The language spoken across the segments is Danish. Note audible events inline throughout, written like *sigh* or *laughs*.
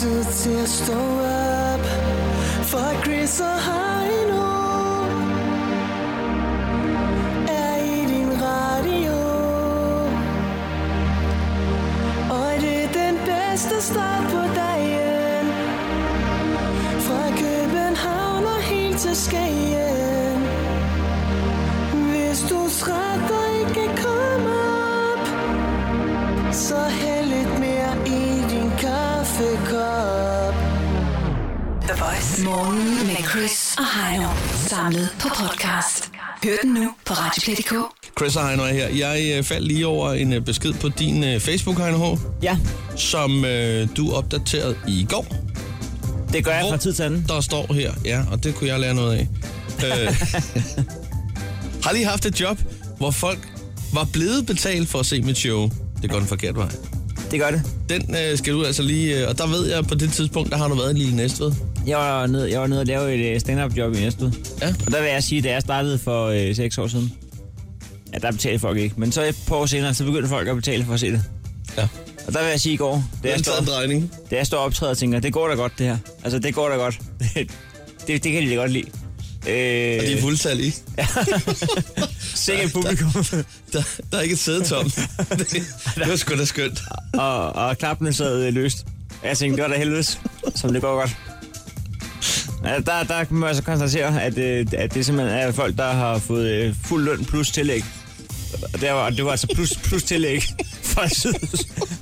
tid til at stå op For Chris og Heino Er i din radio Og det er den bedste start på dagen Fra København og helt til Skagen Hvis du strætter ikke komme op Så hæld lidt mere i din kaffekop The Voice. Morgen med Chris og Heino. Samlet på podcast. Hør den nu på Radioplay.dk. Chris og Heino er her. Jeg øh, faldt lige over en øh, besked på din øh, Facebook, Heino H., Ja, som øh, du opdaterede i går. det gør jeg Hvor fra tid til anden. Der står her, ja, og det kunne jeg lære noget af. *laughs* Øh, har lige haft et job, hvor folk var blevet betalt for at se mit show. Det går den forkerte vej. Det gør det. Den øh, skal du altså lige... Øh, og der ved jeg, på det tidspunkt, der har du været i Lille Næstved. Jeg var nede, jeg var nede og lave et øh, stand-up job i Næstved. Ja. Og der vil jeg sige, da jeg startede for øh, 6 år siden, ja, der betalte folk ikke. Men så et par år senere, så begyndte folk at betale for at se det. Ja. Og der vil jeg sige i går, da Det jeg, er står, en drejning. da jeg står og optræder og tænker, det går da godt det her. Altså, det går da godt. *laughs* det, det kan de da godt lide. Øh, Og de er fuldtallige. *laughs* sikkert publikum. *laughs* Der, der er ikke et sæde *laughs* tomt. Det, det var sgu da skønt. og, og klappene sad øh, løst. Jeg tænkte, det var da helvedes, som det går godt. Altså, der, der kan man altså konstatere, at, øh, at det simpelthen er folk, der har fået øh, fuld løn plus tillæg. Og det var, og det var altså plus, plus tillæg for at sidde,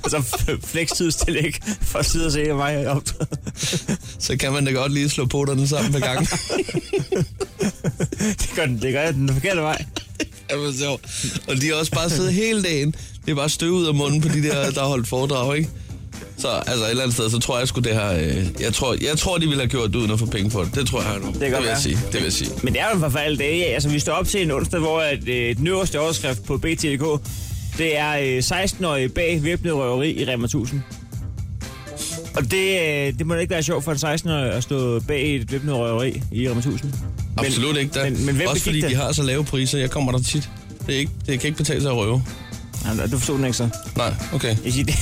altså f- flekstidstillæg for at sidde og se mig optræde. *laughs* Så kan man da godt lige slå poterne sammen med gangen. Det gør, den- det gør jeg den forkerte vej. Jamen, sjov. Og de har også bare siddet hele dagen. Det er bare støv ud af munden på de der, der har holdt foredrag, ikke? Så altså et eller andet sted, så tror jeg sgu det her... Øh, jeg, tror, jeg tror, de ville have gjort det uden at få penge på det. Det tror jeg nu. Det, kan vil jeg være. sige. Det vil jeg sige. Men det er jo for alle dage. Altså, vi står op til en onsdag, hvor at, øh, den øverste overskrift på BT.dk, det er øh, 16-årige bag væbnet røveri i Rema 1000. Og det, øh, det må da ikke være sjovt for en 16-årig at stå bag et væbnet røveri i Rema 1000. Men- Absolut ikke da. Men, men hvem også fordi begik de den? har så lave priser. Jeg kommer der tit. Det, er ikke, det kan ikke betale sig at røve. Nej, du forstod den ikke så. Nej, okay. Jeg siger, det,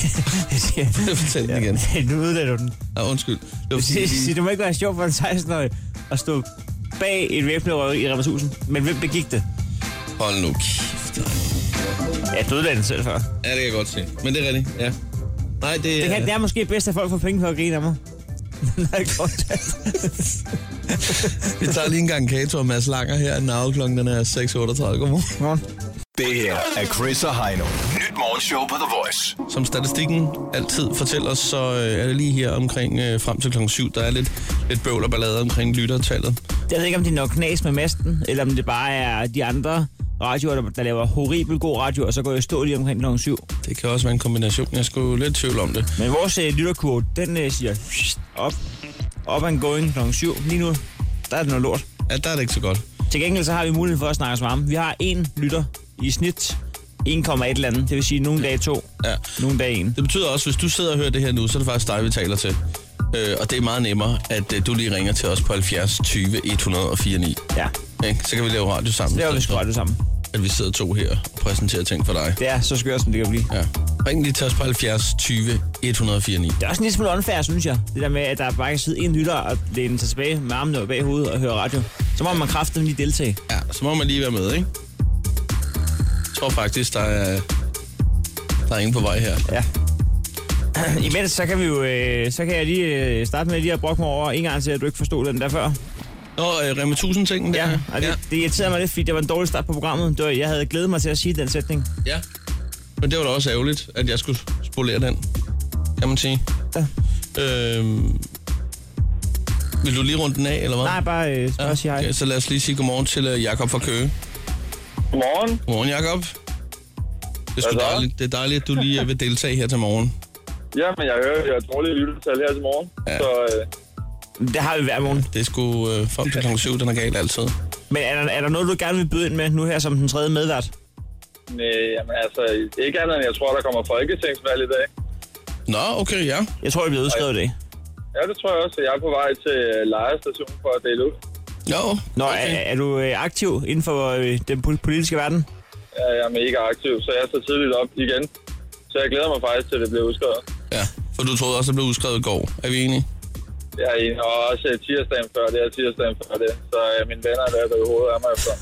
jeg siger, *laughs* Fortæl den igen. Ja, nu udlader du den. Ja, undskyld. Det var, Jeg fordi, siger, de- siger, det må ikke være sjovt for en 16-årig at stå bag et væbnet røveri i Rema 1000. Men hvem begik det? hold nu kæft. Ja, du udlader den selv før. Ja, det kan jeg godt se. Men det er rigtigt, ja. Nej, det, Det, kan, det er måske bedst, at folk får penge for at grine af mig. *laughs* Når jeg går til- Vi tager lige en gang kato og Mads Langer her. Navleklokken den er 6.38. Godmorgen. Godmorgen. Det her er Chris og Heino. Nyt morgenshow på The Voice. Som statistikken altid fortæller os, så øh, er det lige her omkring øh, frem til klokken 7, der er lidt, lidt bøvl og ballade omkring lyttertallet. Jeg ved ikke, om det er noget knas med masten, eller om det bare er de andre radioer, der, der laver horribel god radio, og så går jeg i stå lige omkring kl. 7. Det kan også være en kombination. Jeg skulle lidt i tvivl om det. Men vores øh, lytterkurve, den øh, siger op, op and going kl. 7. Lige nu, der er det noget lort. Ja, der er det ikke så godt. Til gengæld så har vi mulighed for at snakke os varme. Vi har en lytter i snit 1,1 eller andet. Det vil sige, nogle dage to, Ja. nogle dage en. Det betyder også, hvis du sidder og hører det her nu, så er det faktisk dig, vi taler til. Øh, og det er meget nemmere, at øh, du lige ringer til os på 70 20 104 9. Ja, Ikke? Så kan vi lave radio sammen. det er i jo vi stedet sgu det sammen. for, At vi sidder to her og præsenterer ting for dig. Det er så skørt, som det kan blive. Ja. Ring lige til os på 70 20 104 9. Det er også en lille smule unfair, synes jeg. Det der med, at der bare kan sidde en lytter og læne sig tilbage med armene over bag hovedet og høre radio. Så må man kraften lige deltage. Ja, så må man lige være med, ikke? Jeg tror faktisk, der er, der er ingen på vej her. Ja. *clears throat* Imens så kan vi jo, øh, så kan jeg lige øh, starte med lige at brokke mig over en gang til, at du ikke forstod den der før. Nå, øh, Rema 1000-tingen der. Ja, og det, ja. det irriterede mig lidt, fordi det var en dårlig start på programmet. Det var, jeg havde glædet mig til at sige den sætning. ja. Men det var da også ærgerligt, at jeg skulle spolere den, kan man sige. Ja. Øhm, vil du lige runde den af, eller hvad? Nej, bare, øh, bare sige hej. okay, så lad os lige sige godmorgen til øh, Jakob fra Køge. Godmorgen. Godmorgen, Jakob. Det er, sgu Hvad så? dejligt, det er dejligt, at du lige øh, vil deltage her til morgen. Jamen, jeg hører, jeg har dårlige lyttetal her til morgen. Ja. Ja. Så øh, Det har vi hver morgen. Det er sgu øh, frem til klokken 7, den er galt altid. Men er der, er der noget, du gerne vil byde ind med nu her som den tredje medvært? nej, jamen, altså, ikke andet end, jeg tror, der kommer folketingsvalg i dag. Nå, okay, ja. Jeg tror, det bliver udskrevet i dag. Ja, det tror jeg også. Jeg er på vej til øh, lejestationen for at dele ud. Jo, Nå, okay. okay. er, er du øh, aktiv inden for øh, den po- politiske verden? Ja, jeg er mega aktiv, så jeg er så tidligt op igen. Så jeg glæder mig faktisk til, at det bliver udskrevet. Ja. For du troede også, at det blev udskrevet i går. Er vi enige? Jeg er enig, og også øh, tirsdagen før det, og tirsdagen før det. Så øh, mine venner der, der i hovedet af mig efter.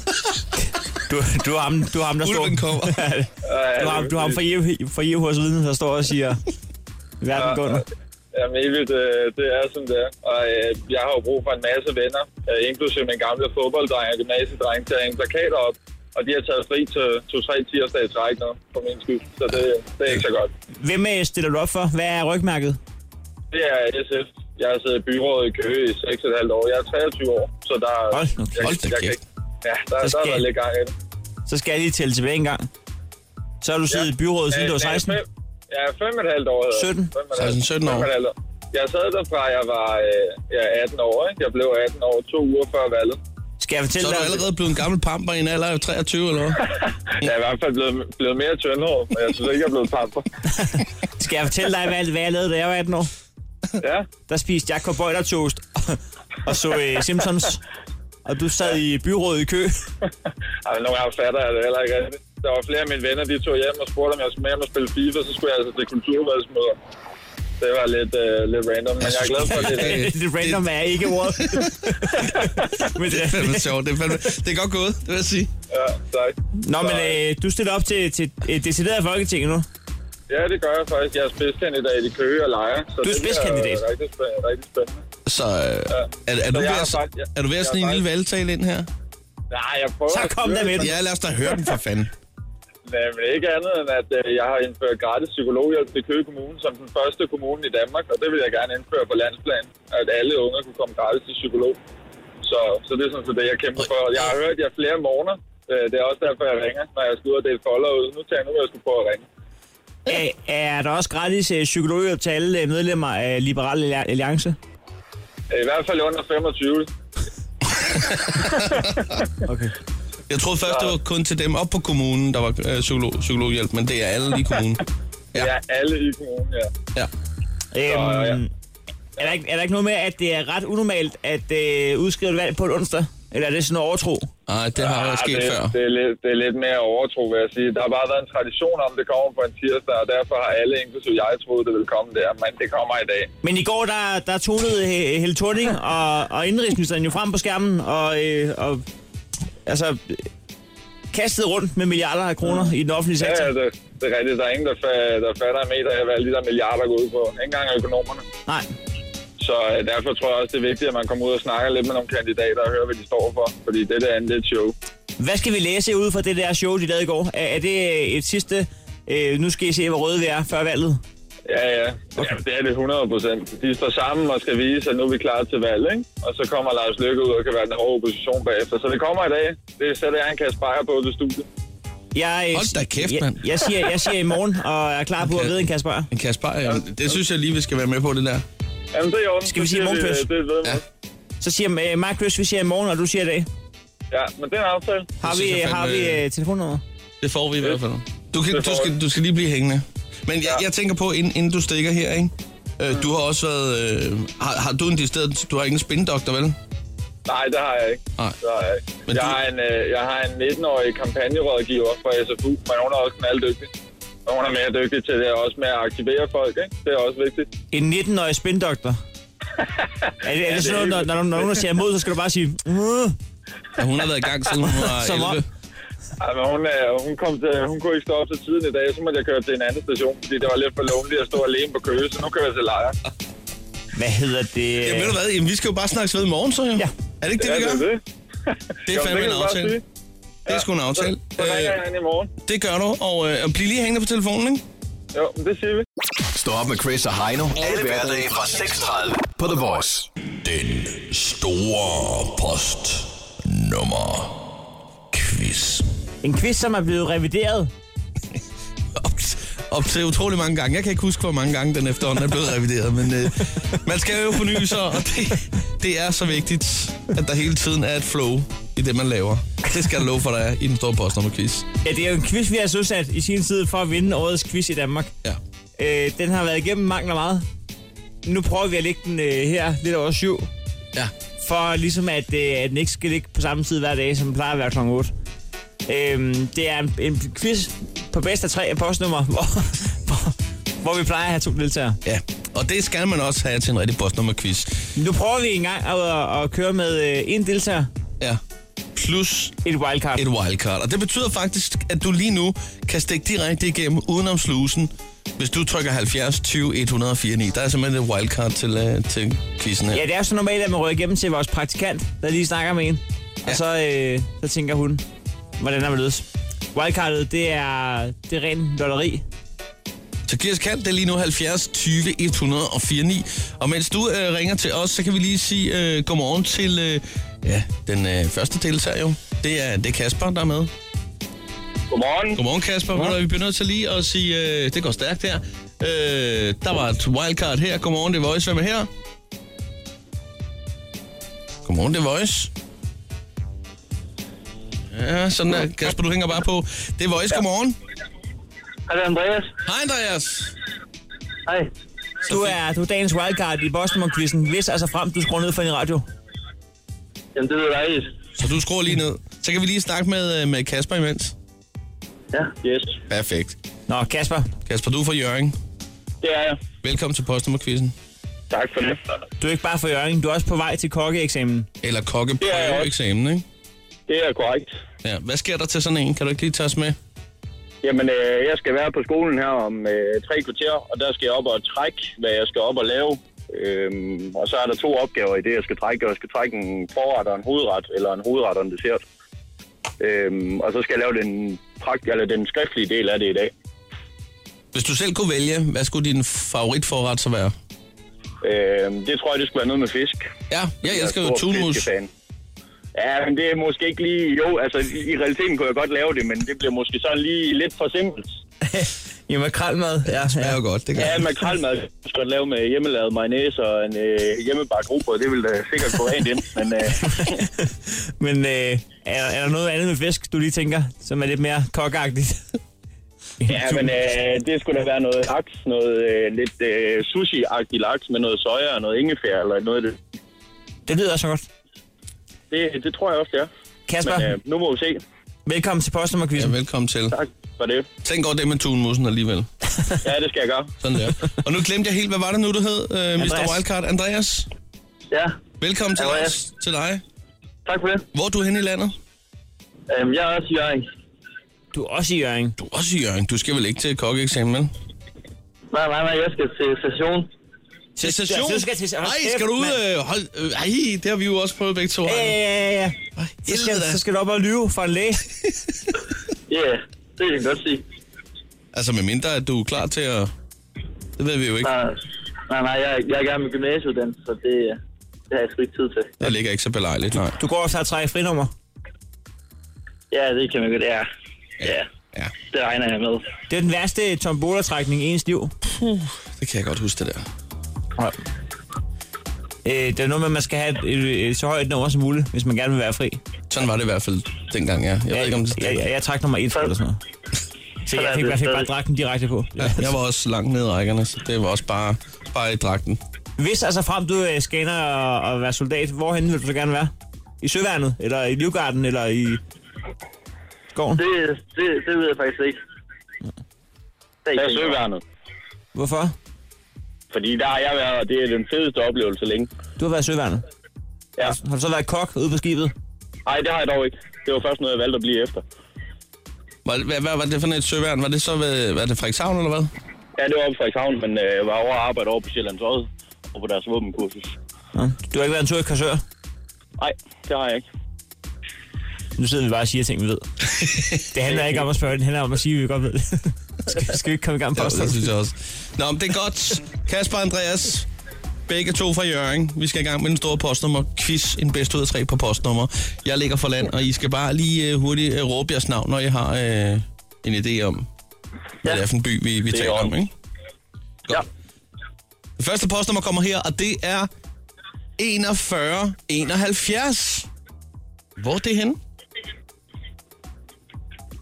Du, du, er ham, du er ham, der står... Ulven *laughs* kommer. Du har, du har ham fra EU, fra EU hos viden, der står og siger, verden går under. Jamen, Evigt, øh, det er, som det er. Og øh, jeg har jo brug for en masse venner, øh, inklusive min gamle fodbolddreng og gymnasiedreng, til at hænge plakater op. Og de har taget fri til to-tre tirsdage i træk nu, for min skyld. Så det, det er ikke så godt. Hvem øh, stiller du op for? Hvad er rygmærket? Det er SF. Jeg har siddet i byrådet i Køge i 6,5 år. Jeg er 23 år, så der... Hold nu kæft. jeg, Hold da jeg, jeg, kæft. Ja, der, Så der skal- er der lidt gang i det. Så skal jeg lige tælle tilbage en gang. Så har du siddet i byrådet, siden du var 16. fem- Ja, fem og et halvt år. hedder det. 17. Fem og et halvt- 16, 17 år. fem og et halvt år. Jeg sad der fra, jeg var øh, ja, 18 år. Ikke? Jeg blev 18 år to uger før valget. Skal jeg Så fortælle er du dig... allerede blevet en gammel pamper i en alder af 23 eller hvad? Jeg er i hvert fald blevet, blevet mere tyndhåret, men jeg synes ikke, jeg er blevet pamper. Skal jeg fortælle dig, hvad, hvad jeg lavede, da jeg var 18 år? Ja, Der spiste jeg toast og så øh, Simpsons. Og du sad i byrådet i kø. altså, nogle gange fatter jeg det heller ikke rigtigt. Der var flere af mine venner, de tog hjem og spurgte, om jeg skulle med hjem og spille FIFA, så skulle jeg altså til kulturvalgsmøder. Det var lidt, øh, lidt random, men jeg er glad for det. *laughs* det random er ikke ordet. men, Det er øh, fandme sjovt. Det er, fandme, det er godt gået, det vil jeg sige. Ja, tak. Nå, men øh, du stiller op til, til et decideret folketing nu. Ja, det gør jeg faktisk. Jeg er spidskandidat i Køge og Lejre. Så Du det er bliver spidskandidat? Rigtig spændende. Rigtig spændende. Så øh, er, er, Så du ved jeg har at, sagt- jeg- er du ved at jeg snige en har lille valgtale ind her? Nej, jeg prøver Så at kom styre der med den. Ja, lad os da høre den for fanden. Jamen ikke andet end, at øh, jeg har indført gratis psykologhjælp til Køge Kommune som den første kommune i Danmark, og det vil jeg gerne indføre på landsplan, at alle unge kunne komme gratis til psykolog. Så, så det er sådan set det, jeg kæmper for. Jeg har hørt jer flere morgener. Øh, Det er også derfor, jeg ringer, når jeg skal ud og dele folder ud. Nu tager jeg nu, jeg skulle prøve at ringe. Er, er der også gratis øh, psykologhjælp til alle øh, medlemmer af Liberale Alli- Alliance? Øh, I hvert fald under *laughs* 25. Okay. Jeg troede først, det var kun til dem op på kommunen, der var øh, psykolog, psykologhjælp, men det er alle i kommunen. *laughs* Ja. Ja. er alle i kommunen, ja. Ja. ja. Øhm, er, der ikke, er der ikke noget med, at det er ret unormalt at øh, udskrive et valg på et onsdag? Eller er det sådan en overtro? Nej, det har været sket Ah, det, før. Det er, lidt, det er lidt mere overtro, vil jeg sige. Der har bare været en tradition om, at det kommer på en tirsdag, og derfor har alle, inklusive jeg, troet, det ville komme der. Men det kommer i dag. Men i går, der, der tonede He- Helle Thorning og, og indrigsministeren jo frem på skærmen og, øh, og altså, øh, kastede rundt med milliarder af kroner i den offentlige Ja, sektor. ja, det, det er rigtigt. Der er ingen, der, fa- der fatter en meter af, hvad alle de der milliarder går ud på. Ikke engang økonomerne. Nej, Så øh, derfor tror jeg også, det er vigtigt, at man kommer ud og snakker lidt med nogle kandidater og hører, hvad de står for. Fordi det der andet, det er et show. Hvad skal vi læse ud fra det der show, de lavede i går? Er, er det øh, et sidste, øh, nu skal I se, hvor røde vi er før valget? Ja, ja. Okay. ja det er det 100 procent. De står sammen og skal vise, at nu er vi klar til valg, ikke? Og så kommer Lars Løkke ud og kan være den hårde opposition bagefter. Så det kommer i dag. Det sætter jeg en kasse bajer på til studiet. Jeg, øh, Hold da kæft, mand. Jeg, jeg, siger, jeg siger i morgen, og er klar på Okay. at vide en Kasper. Men Kasper, ja. det synes jeg lige, vi skal være med på det der. Jamen, det er i orden. Skal vi Så siger sige morgenfest? øh, Det er ved med. Ja. Ja. Så siger øh, Mark Chris, vi siger i morgen, og du siger i dag. ja, men det er en aftale. Har Det vi, synes jeg har fandme- vi øh, telefonnummer? Det får vi i hvert fald. Du, kan, Det får du, skal, du skal lige blive hængende. Men jeg, Ja. jeg tænker på, inden, inden du stikker her, ikke? Øh, du har også været... Øh, har, har du en decideret... Du har ikke en spindoktor, vel? Nej, det har jeg ikke. Nej. Det har jeg ikke. Men jeg, du- har en, øh, jeg har en 19-årig kampagnerådgiver fra SFU, men hun er også knalddygtig. Og hun er mere dygtig til det, også med at aktivere folk, ikke? Det er også vigtigt. En 19-årig spindoktor. er det, er det sådan det noget, er- når, når, når nogen siger imod, så skal du bare sige... "Mm." Og hun har været i gang siden hun var Som om- 11. Ej, men hun, øh, hun, kom til, hun kunne ikke stå op til tiden i dag, så måtte jeg køre til en anden station, fordi det var lidt for lonely at stå alene på køge, så nu kører jeg til lejre. Hvad hedder det? Jamen, ved du hvad? Jamen, vi skal jo bare snakkes ved i morgen, så jo. Ja. Er det ikke det, vi gør? det. *laughs* Det Jo, er fandme kan en jeg bare aftale. sige. Det er sgu en aftale. Så, så ringer Øh, jeg ind i morgen. Det gør du, og, øh, og bliv lige hængende på telefonen, ikke? Jo, men det siger vi. Stå op med Chris og Heino. Alle hverdage fra 6.30 på The Voice. Den store post nummer quiz. En quiz, som er blevet revideret. Op, op til utrolig mange gange. Jeg kan ikke huske, hvor mange gange den efterhånden er blevet revideret, men øh, man skal jo forny sig, og det, det er så vigtigt, at der hele tiden er et flow i det, man laver. Det skal jeg love for, der er i den store postnummerquiz. Ja, det er jo en quiz, vi har søsat i sin tid for at vinde årets quiz i Danmark. Ja. Øh, den har været igennem mangler meget. Nu prøver vi at lægge den øh, her lidt over syv, Ja. for ligesom at, øh, at den ikke skal ligge på samme tid hver dag, som den plejer at være kl. 8. Øhm, det er en, en *laughs* quiz på bedst af tre postnummer, hvor, hvor, hvor vi plejer at have to deltagere. Ja. Og det skal man også have til en rigtig bossnummer-quiz. Nu prøver vi en gang at, at, at køre med øh, en deltager, Ja. Plus et wildcard. et wildcard. Og det betyder faktisk, at du lige nu kan stikke direkte igennem udenom slusen, hvis du trykker 70 20 104 9. Der er simpelthen et wildcard til, uh, til quizzen her. Ja, det er jo så normalt, at man ryger igennem til vores praktikant, der lige snakker med en. Og Ja. så, øh, så tænker hun, hvordan er man løs? Wildcardet, det er, det er ren lotteri. Så giv os kald, det er lige nu 70 20 104 9. Og mens du øh, ringer til os, så kan vi lige sige øh, godmorgen til øh, ja, den øh, første deltager jo. Det er, det er Kasper, der er med. Godmorgen. Godmorgen Kasper, Godmorgen. vi bliver nødt til lige at sige, øh, det går stærkt her. Øh, der var et wildcard her. Godmorgen, det er Voice. Hvem er her? Godmorgen, det er Voice. Ja, sådan der. Kasper, du hænger bare på. Det er Voice, godmorgen. Hej, det er Andreas. Hej Andreas. Hej. Du er, du er dagens wildcard i Boston-quizzen, hvis altså frem du skruer ned for din radio. Jamen, det lyder dejligt. Så du skruer lige ned. Så kan vi lige snakke med, øh, med Kasper imens. Ja. Yes. Perfekt. Nå, Kasper, Kasper, du er fra Jørgen. Det er jeg. Velkommen til postnummerquizzen. Tak for det. du er ikke bare for Jørgen, du er også på vej til kokkeeksamen. Eller Ja, ja. kokkeprøveeksamen, ikke? Det er korrekt. Ja. Hvad sker der til sådan en? Kan du ikke lige tage os med? Jamen, øh, jeg skal være på skolen her om øh, tre kvarter, og der skal jeg op og trække, hvad jeg skal op og lave. Øhm, og så er der to opgaver i det, jeg skal trække. Jeg skal trække en forret og en hovedret, eller en hovedret og en dessert. Øhm, og så skal jeg lave den, prakt, eller den skriftlige del af det i dag. Hvis du selv kunne vælge, hvad skulle din favoritforret så være? Øhm, det tror jeg, det skulle være noget med fisk. Ja, jeg elsker jo stor tunmus. fiskefan. Ja, men det er måske ikke lige... Jo, altså i i realiteten kunne jeg godt lave det, men det bliver måske sådan lige lidt for simpelt. I makrelmad, ja. Det er jo godt, det gør Ja, jeg. makrelmad kan jeg godt lave med hjemmelavet mayonnaise og en øh, hjemmebagt robrød. Det ville da sikkert gå rent ind, men øh, Men øh, er, er der noget andet med fisk, du lige tænker, som er lidt mere kokkeagtigt? *laughs* ja, men, øh, det skulle da være noget laks, noget øh, lidt øh, sushi-agtig laks med noget soja og noget ingefær eller noget af det. Det lyder også godt. Det, det tror jeg også, det er. Kasper, Men øh, nu må vi se. velkommen til Ja, postnummerquizzen. velkommen til. Tak for det. Tænk over det med tunmussen alligevel. *laughs* Ja, det skal jeg gøre. Sådan der. Og nu glemte jeg helt, hvad var det nu, du hed, øh, Mr. Andreas. Wildcard? Andreas, Ja, velkommen til, Andreas. os, til dig. tak for det. Hvor er du henne i landet? Øhm, jeg er også i Jørgen. Du er også i Jørgen. Du er også i Jørgen. Du skal vel ikke til kokkeeksamen, vel? Nej, nej, nej, jeg skal til station. Til station? Ja, du skal til station. Ej, skal du ud? Øh, hold, øh, ej, det har vi jo også prøvet begge to. Ja, Ej, ja, ja, ja. Så skal, helvede da. så skal du op og lyve for en læge. Ja, yeah, det kan jeg godt sige. Altså, med mindre, at du er klar til at... Det ved vi jo ikke. Nej, nej, nej jeg, jeg er gerne med gymnasieuddannelse, så det, øh, det har jeg sgu ikke tid til. Det ligger ikke så belejligt, nej. Du går og tager tre frinummer. Ja, det kan man godt, ja. Ja, Ja, det regner jeg med. Det er den værste tombola-trækning i ens liv. det kan jeg godt huske, det der. Øh, det er noget med, at man skal have et, et, et, så højt nummer som muligt, hvis man gerne vil være fri. Sådan var det i hvert fald dengang, ja. Jeg ved ikke, om det... jeg, jeg, jeg trak nummer et for eller sådan noget. Så jeg fik, jeg fik bare dragten direkte på. Ja, jeg var også langt ned i rækkerne, så det var også bare, bare i dragten. Hvis altså frem du øh, skal ind og, og være soldat, hvorhen vil du så gerne være? I søværnet, eller i livgarden, eller i skoven? Det, det, det ved jeg faktisk ikke. Det Jeg ikke er søværnet, Hvorfor? fordi der har jeg været, og det er den fedeste oplevelse længe. Du har været i søværnet. Ja. Har du så været kok ude på skibet? Nej, det har jeg dog ikke. Det var først noget, jeg valgte at blive efter. Hvad, hvad, hvad var det for et søværn? Var det så ved, var det Frederikshavn, eller hvad? Ja, det var oppe fra Frederikshavn, men øh, var over at arbejde over på Sjællands Odde og på deres våbenkursus. Nå. Du har ikke været en tur i Korsør? Nej, det har jeg ikke. Nu sidder vi bare og siger ting, vi ved. Det handler ikke om at spørge, det handler om at sige, at vi godt ved det. *laughs* skal, skal vi ikke komme i gang på Ja, os? det synes jeg også. Nå, men det er godt. Kasper og Andreas, begge to fra Jørgen. Vi skal i gang med den store postnummer. Quiz, en bedst ud af tre på postnummer. Jeg ligger for land, og I skal bare lige uh, hurtigt uh, råbe jeres navn, når I har uh, en idé om, hvad det er for en by, vi, vi er taler i om, orden. ikke? Godt. Det første postnummer kommer her, og det er 4171. Hvor er det henne?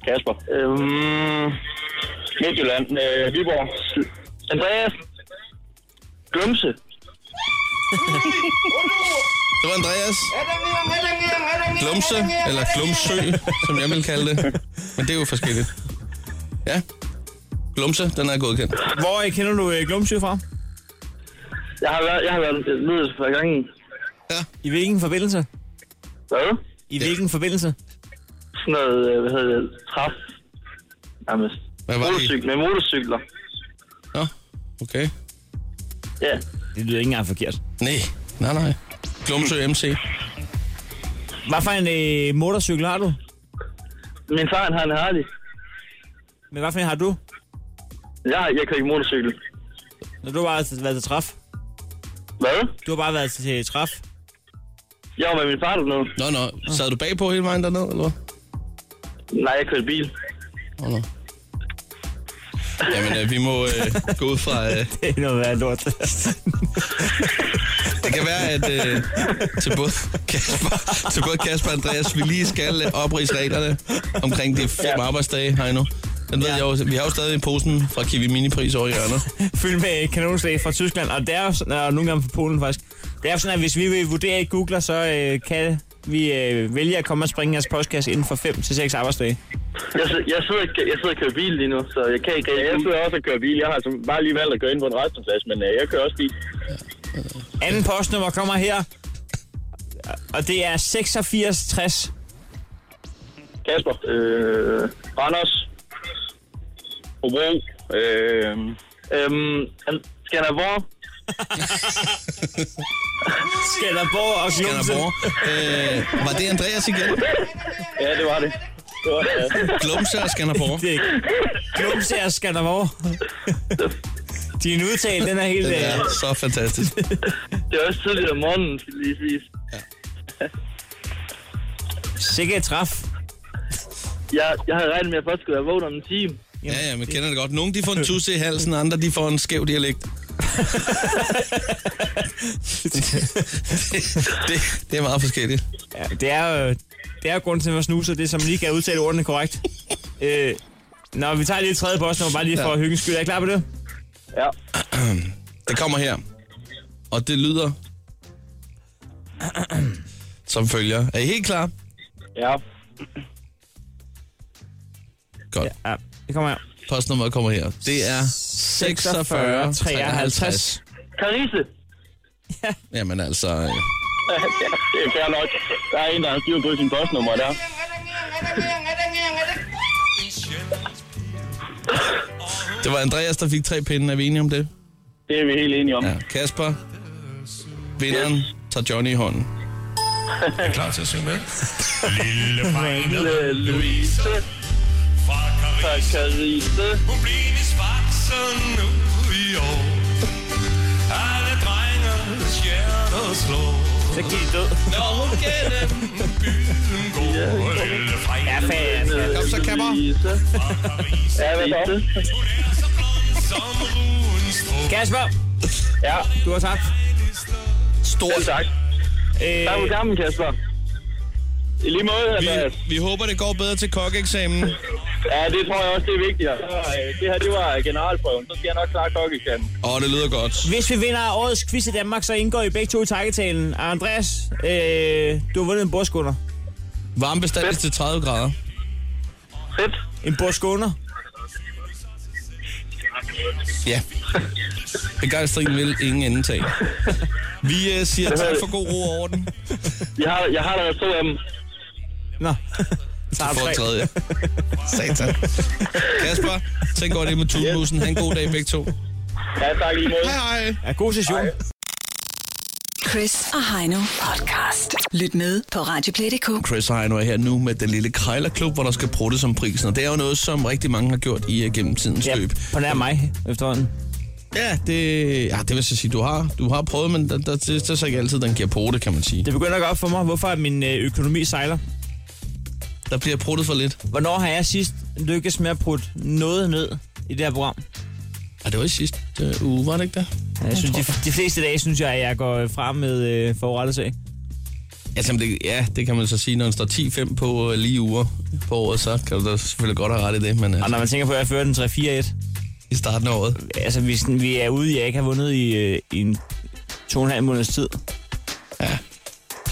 Kasper. Øhm, Midtjylland. Øh, Viborg. Andreas. Glumse. Det var Andreas. Glumse, eller Glumsø, som jeg vil kalde det. Men det er jo forskelligt. Ja. Glumse, den er godkendt. Hvor øh, kender du øh, Glumsø fra? Jeg har været, jeg har været nede for gangen. I hvilken forbindelse? Hvad? I hvilken forbindelse? Sådan noget, øh, hvad hedder det, træf. Nærmest. Hvad var det? Motorcykel, med motorcykler. Nå, okay. Ja. Det lyder ikke engang forkert. Nej, nej, nej. Glumsø MC. Hvad for en øh, motorcykel har du? Min far, han har en Harley. Men hvad for en har du? Jeg, har- jeg kører ikke motorcykel. Når du har bare været til træf. Hvad? Du har bare været til træf. Jeg var med min far dernede. Nå, nå. Sad du bagpå hele vejen derned, eller hvad? Nej, jeg kørte bil. Nå, nå. Jamen, øh, vi må øh, gå ud fra... Øh, *laughs* Det er noget værd lort. Det kan være, at øh, til, både Kasper, til både Kasper og Andreas, vi lige skal øh, oprise reglerne omkring de fem ja. arbejdsdage, Heino. Den ved ja. jeg jo, vi har jo stadig en posen fra Kiwi Minipris over i hjørnet. Fyldt med kanonslag fra Tyskland, og det er jo sådan, og nogle gange fra Polen faktisk. Det er jo sådan, at hvis vi vil vurdere i Google, så øh, kan vi øh, vælge at komme og springe jeres postkasse inden for 5 til 6 arbejdsdage. Jeg, sid- jeg, sidder, ikke- jeg sidder og kører bil lige nu, så jeg kan ikke Ja, jeg rigtig... sidder også og kører bil. Jeg har altså bare lige valgt at køre ind på en retsplads, men øh, jeg kører også bil. Anden postnummer kommer her, og det er 8660. Kasper. Øh, Randers. Hobro. Øh, Øhm, han- skal han have hvor? Skanderborg og Skanderborg. Øh, var det Andreas igen? ja, det var det. det var, ja. Glumse og Skanderborg. Det er Glumsager *laughs* Skanderborg. Din udtale, den er helt... Det Øh, er så fantastisk. Det er også tidligt om morgenen, skal lige sige. sikkert træf. Jeg, jeg havde regnet med, at jeg først skulle være vågen om en time. Ja, ja, men kender det godt. Nogle de får en tusse i halsen, andre de får en skæv dialekt. *clears throat* det, det, det er meget forskelligt. Ja, det er jo, det er jo grunden til, at man snuser, det er, som lige kan udtale ordene *laughs* korrekt. øh, nå, vi tager lige et tredje postnummer, bare lige for ja. hyggens skyld. Er I klar på det? Ja. Det kommer her. Og det lyder... Som følger. Er I helt klar? Ja. Godt. Ja. Ja, det kommer her. Postnummeret kommer her. Det er 46 53. *laughs* Karise. Jamen altså... øh, det er fair nok. Der er en, der har styr på sin postnummer der. Det var Andreas, der fik tre pinde. Er vi enige om det? Det er vi helt enige om. Ja. Kasper, vinderen, tager Johnny i *laughs* hånden. Klar til at synge med? Lille Fejne Louise. fra Paris. Karise. Hun blev i svartsen nu i år. Alle drengens hjerter slår. Så gik det død. Når hun gennem byen går. Lille Ja, Fejne fanden. Kom så, Kapper. Louise. fra Paris. Ja, hvad så? Hun er så blond som rugen strå. Kasper, Ja, du har tabt. selv tak. Øh, Tak for kampen, Kasper. I lige måde, Andreas. Vi, vi håber, det går bedre til kokkeeksamen. Ja, det tror jeg også, det er vigtigere. Så, øh, Det her, det var generalprøven. Så skal jeg nok klare kokkekanden. Åh, oh, det lyder godt. hvis vi vinder årets quiz i Danmark, så indgår I begge to i takketalen. Og Andreas, øh, du har vundet en bordskunder. Varmebestandigt til 30 grader. Fedt. En bordskunder? Ja. Begejstringen vil ingen ende tage. Vi øh, siger tak for god ro og orden. Jeg har, jeg har der to af dem. Nå. Tager For tre. en *laughs* tredje. Satan. Kasper, tænk over det med tulmusen. Ha' en god dag begge to. Ja, tak i lige måde. Hej hej. Ja, god session. Chris og Heino podcast. Lyt med på Radioplay.dk. Chris og Heino er her nu med den lille krejlerklub, hvor der skal prutte som prisen. Og det er jo noget, som rigtig mange har gjort i øh, gennem tidens Ja, løb. på nær mig efterhånden. Ja, det, ja, det vil så sige, du har, du har prøvet, men der, der, det, det er så ikke altid, den giver pote, kan man sige. Det begynder at gå op for mig, hvorfor at min øh, økonomi sejler. Der bliver pruttet for lidt. Hvornår har jeg sidst lykkes med at putte noget ned i det her program? Ja, det var i sidste øh, uge, var det ikke det? Ja, Jeg synes, de, de fleste dage synes jeg, at jeg går øh, frem med øh, forrettet sag. Altså, det, ja, det kan man så sige, når den står 10-5 på øh, lige uger på året, så kan du da selvfølgelig godt have ret i det, men Og når altså, man tænker på, at jeg fører den 3-4-1. i starten af året. Altså, vi, sådan, vi er ude i, at jeg ikke har vundet i, øh, i en to og en halv måneds tid.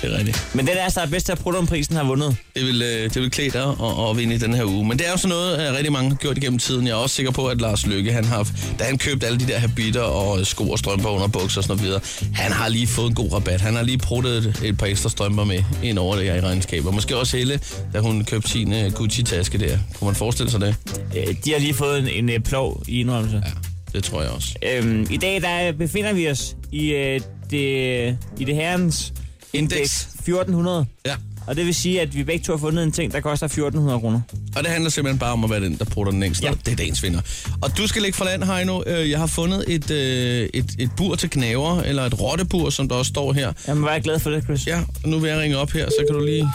Det er rigtigt. Men den er altså der er bedst til at prudumprisen har vundet. Det vil, øh, det vil klæde dig at, at vinde i den her uge. Men det er jo sådan noget, at rigtig mange har gjort igennem tiden. Jeg er også sikker på, at Lars Lykke, han har, da han købte alle de der habitter og øh, sko og strømper under bukser og sådan noget videre, han har lige fået en god rabat. Han har lige pruttet et, et par ekstra strømper med ind over det her i regnskaber. Måske også Helle, da hun købte sin øh, Gucci-taske der. Kunne man forestille sig det? Øh, De har lige fået en, en øh, plov i indrømmelse. Ja. Det tror jeg også. Øhm, I dag der befinder vi os i, øh, det, i det herrens Indeks. indeks 1400. Ja. Og det vil sige, at vi begge to har fundet en ting, der koster 1400 kroner. Og det handler simpelthen bare om at være den, der prutter den længst. Ja. Ja. Det er dagens vinder. Og du skal ligge for land, Heino. Øh, Jeg har fundet et, øh, et, et bur til knaver, eller et rottebur, som der også står her. Jamen, var jeg glad for det, Chris. Ja, nu vil jeg ringe op her, så kan du lige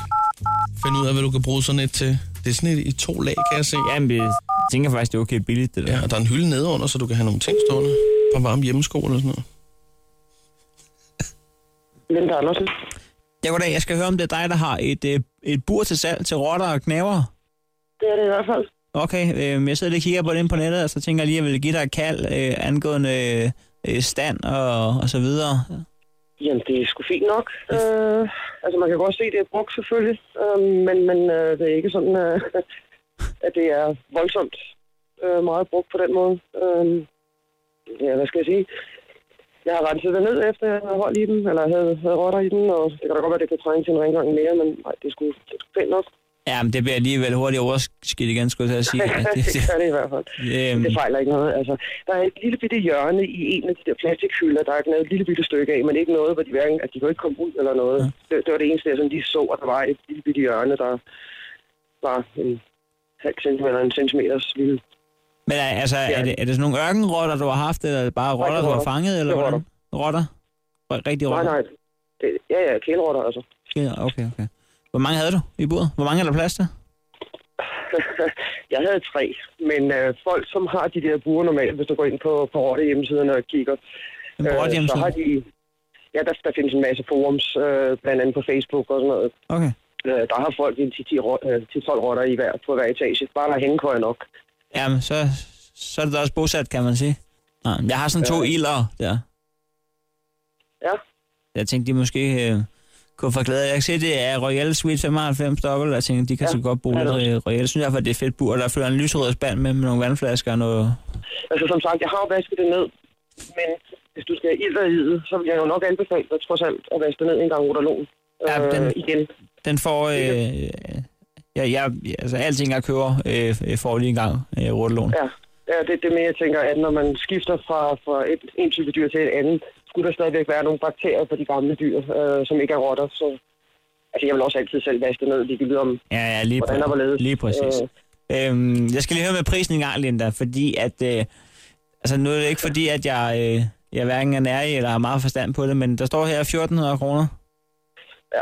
finde ud af, hvad du kan bruge sådan et til. Det er sådan et i to lag, kan jeg se. Jamen, vi tænker faktisk, det er okay billigt, det der. Ja, og der er en hylde nedenunder, så du kan have nogle ting stående. På varme hjemmesko eller sådan noget. Linda Andersen. Ja, goddag. Jeg skal høre, om det er dig, der har et, øh, et bur til salg til rotter og knaver. Det er det i hvert fald. Okay, øh, jeg sidder lige og kigger på det inde på nettet, og så tænker jeg lige, at jeg vil give dig et kald øh, angående øh, øh, stand og, og så videre. Jamen, det er sgu fint nok. Øh, altså, man kan godt se, det er brugt selvfølgelig, øh, men, men øh, det er ikke sådan, øh, *laughs* at det er voldsomt øh, meget brugt på den måde. Øh, ja, hvad skal jeg sige? Jeg har renset det ned, efter jeg havde hold i den, eller havde, havde rotter i den, og det kan da godt være, det kan trænge til en rengøring mere, men nej, det er sgu, det er sgu pænt nok. Ja, men det bliver alligevel hurtigt overskidt igen, skulle jeg til at *laughs* sige. Ja, det, det gør det i hvert fald. Øhm, Det fejler ikke noget. Altså, der er et lille bitte hjørne i en af de der plastikhylder, der er knævet et lille bitte stykke af, men ikke noget, hvor de hverken, at de kunne ikke komme ud eller noget. Ja. Ja. Det, det, var det eneste, jeg sådan lige så, at der var et lille bitte hjørne, der var en halv centimeter eller en centimeters vilde. men er- altså, er det, er det sådan nogle ørkenrotter, du har haft, eller er det bare rotter, du har rotter. fanget, eller Det er hvordan? Rotter? R- Rigtige Nej, rotter? nej. Det, ja, ja, kælerotter altså. Ja, Okay, okay. Hvor mange havde du i bordet? Hvor mange er der plads til? *laughs* jeg havde tre, men øh, folk, som har de der burer normalt, hvis du går ind på, på rotte hjemmesiderne og kigger, En øh, så har de... Ja, der, der findes en masse forums, øh, blandt andet på Facebook og sådan noget, Okay. Øh, der har folk en 10-10 rot- øh, 10-12 rotter i hver, på hver etage. Bare der hængekøjer nok. Jamen, så, så er det da også bosat, kan man sige. Nej, jeg har sådan to Ja. ilder der. Ja. Jeg tænkte, de måske øh, kunne få glæde. af. Jeg kan se, det er Royal Suite 95 dobbelt, og jeg tænkte, de kan ja, Ja, så godt bruge det er det noget øh, Royal. Jeg synes derfor, det er fedt bur, der følger en lyserød spand med, med nogle vandflasker og noget... Altså som sagt, jeg har jo vasket det ned, men hvis du skal have ild og ide, så vil jeg jo nok anbefale dig trods alt at vaske det ned en gang rotalon. Ja, Øh, den- igen. Den får... Øh, Det øh, ja, jeg, altså, alting, jeg køber, øh, øh, får lige en gang øh, rotelån. Ja. Ja, det er det mere, jeg tænker, at når man skifter fra, fra et, en type dyr til et andet, skulle der stadigvæk være nogle bakterier på de gamle dyr, øh, som ikke er rotter. Så, altså, jeg vil også altid selv vaske det ned, ligegyldigt om, Ja, ja, lige, hvordan præ- og hvorledes. lige præcis. Øh. Øhm, jeg skal lige høre med prisen en gang, Linda, fordi at... Øh, altså, nu er det ikke fordi, at jeg, øh, jeg hverken er nær i eller har meget forstand på det, men der står her 1400 kroner. Ja.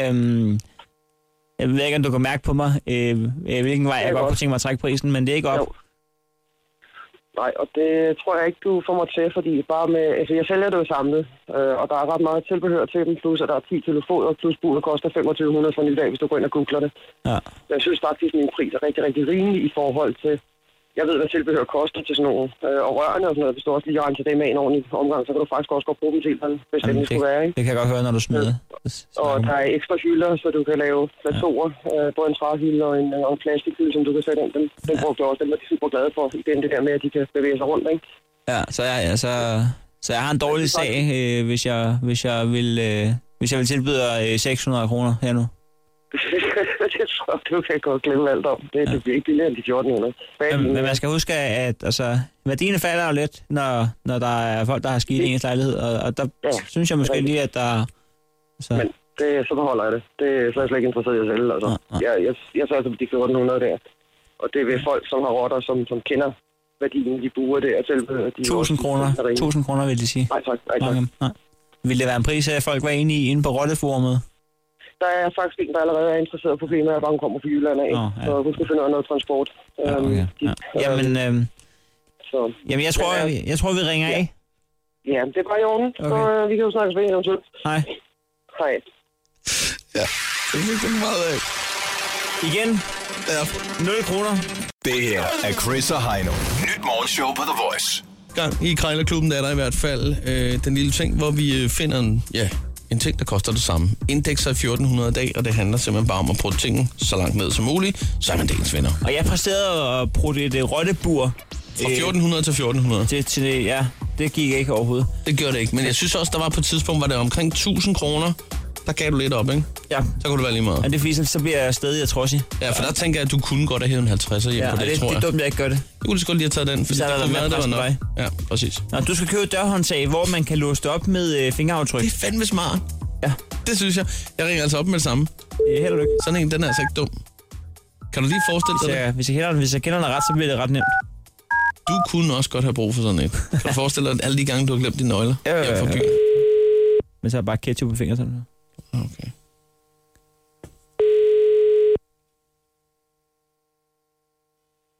Øhm, jeg ved ikke, om du kan mærke på mig, øh, øh, hvilken vej jeg er godt godt. kunne tænke mig at trække prisen, men det er ikke op. Jo. Nej, og det tror jeg ikke, du får mig til, fordi bare med... Altså, jeg sælger det jo samlet, øh, og der er ret meget tilbehør til dem, plus at der er 10 telefoner, plus budet koster 2500 for en lille dag, hvis du går ind og googler det. Ja. Så jeg synes faktisk, at min pris er rigtig, rigtig rimelig i forhold til... Jeg ved, hvad tilbehør koster til sådan nogle, øh, og rørene og sådan noget. Hvis du også lige renser dem af en ordentlig omgang, så kan du faktisk også godt bruge dem til, hvordan- hvis Jamen, det skulle være, ikke? Det kan jeg godt høre, når du smider. Og der er ekstra hylder, så du kan lave plateauer, øh, både en træhylde og en, og en plastikhylde, som du kan sætte ind. Den, den brugte jeg også, den var de super glade for. Igen det der med, at de kan bevæge sig rundt, ikke? Ja, så jeg, ja, så, så jeg har en dårlig sag, øh, hvis, jeg, hvis, jeg vil, øh, hvis jeg vil tilbyde øh, 600 kroner her nu. det tror *laughs* jeg, du kan godt glemme alt om. Det, ja. det bliver ikke billigere end de 1400. Hvad er Men, din- men man skal huske, at altså, værdierne falder jo lidt, når, når der er folk, der har skidt i ens lejlighed, og, og der ja, Ja, synes jeg måske rigtigt. lige, at der... Så, Men- det, så beholder jeg det. det. Så er jeg slet ikke interesseret i at sælge. Altså. Nej, Jeg, jeg, jeg sørger på de 1400 der. Og det er ved folk, som har rotter, som, som kender værdien, de buer der. Selv, de er 1000 også- kroner, er rene. 1000 kroner vil de sige. Nej tak, nej tak. Mange, nej. Vil det være en pris, at folk var enige i inde på Rotteforumet? Der er faktisk en, der allerede er interesseret på problemet, at bare hun kommer fra Jylland af. Nå, ja. Så hun skal finde ud af noget transport. Ja, Øhm, okay. de- ja. Jamen, øh, Så, jamen jeg, tror, jeg, jeg tror, vi ringer Ja. af. ja, det er bare i orden. Okay. Så Okay. øh, vi kan jo snakkes ved eventuelt. Hej. Hej. Det fik du meget af. øh, Igen, Ja. 0 kroner. Det her er Chris og Heino. Nyt morgenshow på The Voice. Gang i Krejlerklubben, der er der i hvert fald øh, den lille ting, hvor vi øh, finder en, ja, en ting, der koster det samme. Indekser er 1400 i dag, og det handler simpelthen bare om at prøve tingene så langt ned som muligt, så er man dagens vinder. Og jeg præsterede at bruge et øh, rottebur. Fra øh, 1400 til 1400. til, til det, ja, det gik ikke overhovedet. Det gjorde det ikke, men jeg synes også, der var på et tidspunkt, hvor det var omkring 1000 kroner. Der gav du lidt op, ikke? Ja, Så kunne det være lige meget. og det er fordi, så- så bliver jeg stadig og trodsig. Ja, for der tænker jeg, at du kunne godt have hævet en 50'er hjem Ja, ja, på og det, det, tror det er jeg. Du dumt, jeg ikke gør det. kunne lige så godt lige have taget den, for Så det er der kunne været være, der var resten nok. af Ja, præcis. Nå, du skal købe et dørhåndtag, hvor man kan låse det op med øh, fingeraftryk. Det er fandme smart. Ja, Det synes jeg. Jeg ringer altså op med det samme. det er held og lykke. Sådan en, den er altså ikke dum. Kan du lige forestille Så dig det? jeg, hvis, jeg kender den, hvis jeg kender den ret, så bliver det ret nemt. Du kunne også godt have brug for sådan et. Kan du forestille dig alle de gange, du har glemt dine nøgler? Ja, ja, ja. hjem fra byen? Men så er bare ketchup på fingeren. Sådan. Okay.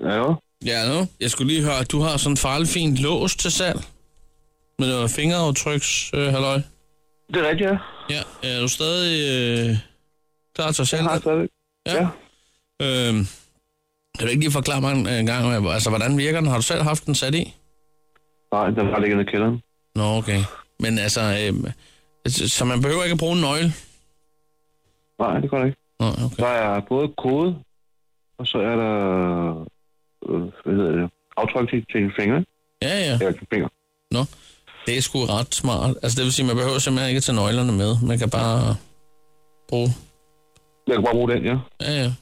Ja, Ja, nu. Jeg skulle lige høre, at du har sådan en farlig fin lås til salg. Med noget fingeraftryks, øh, halløj. det er rigtigt, ja. Ja, er du stadig øh, klar til at sælge? den? stadig. ja. Øhm, kan du ikke lige forklare mig en, en gang, øh, altså, hvordan virker den? Har du selv haft den sat i? Nej, den var liggende i kælderen. Nå, okay. Men altså, øh, altså, så man behøver ikke at bruge en nøgle? Nej, det går ikke. Nå, okay. Der er både kode, og så er der øh, hvad hedder det, aftryk til, til en finger. Ja, ja. Ja, til finger. Nå. Det er sgu ret smart. Altså, det vil sige, man behøver simpelthen ikke at tage nøglerne med. Man kan bare bruge... Jeg kan bare bruge den, ja. Ja, ja.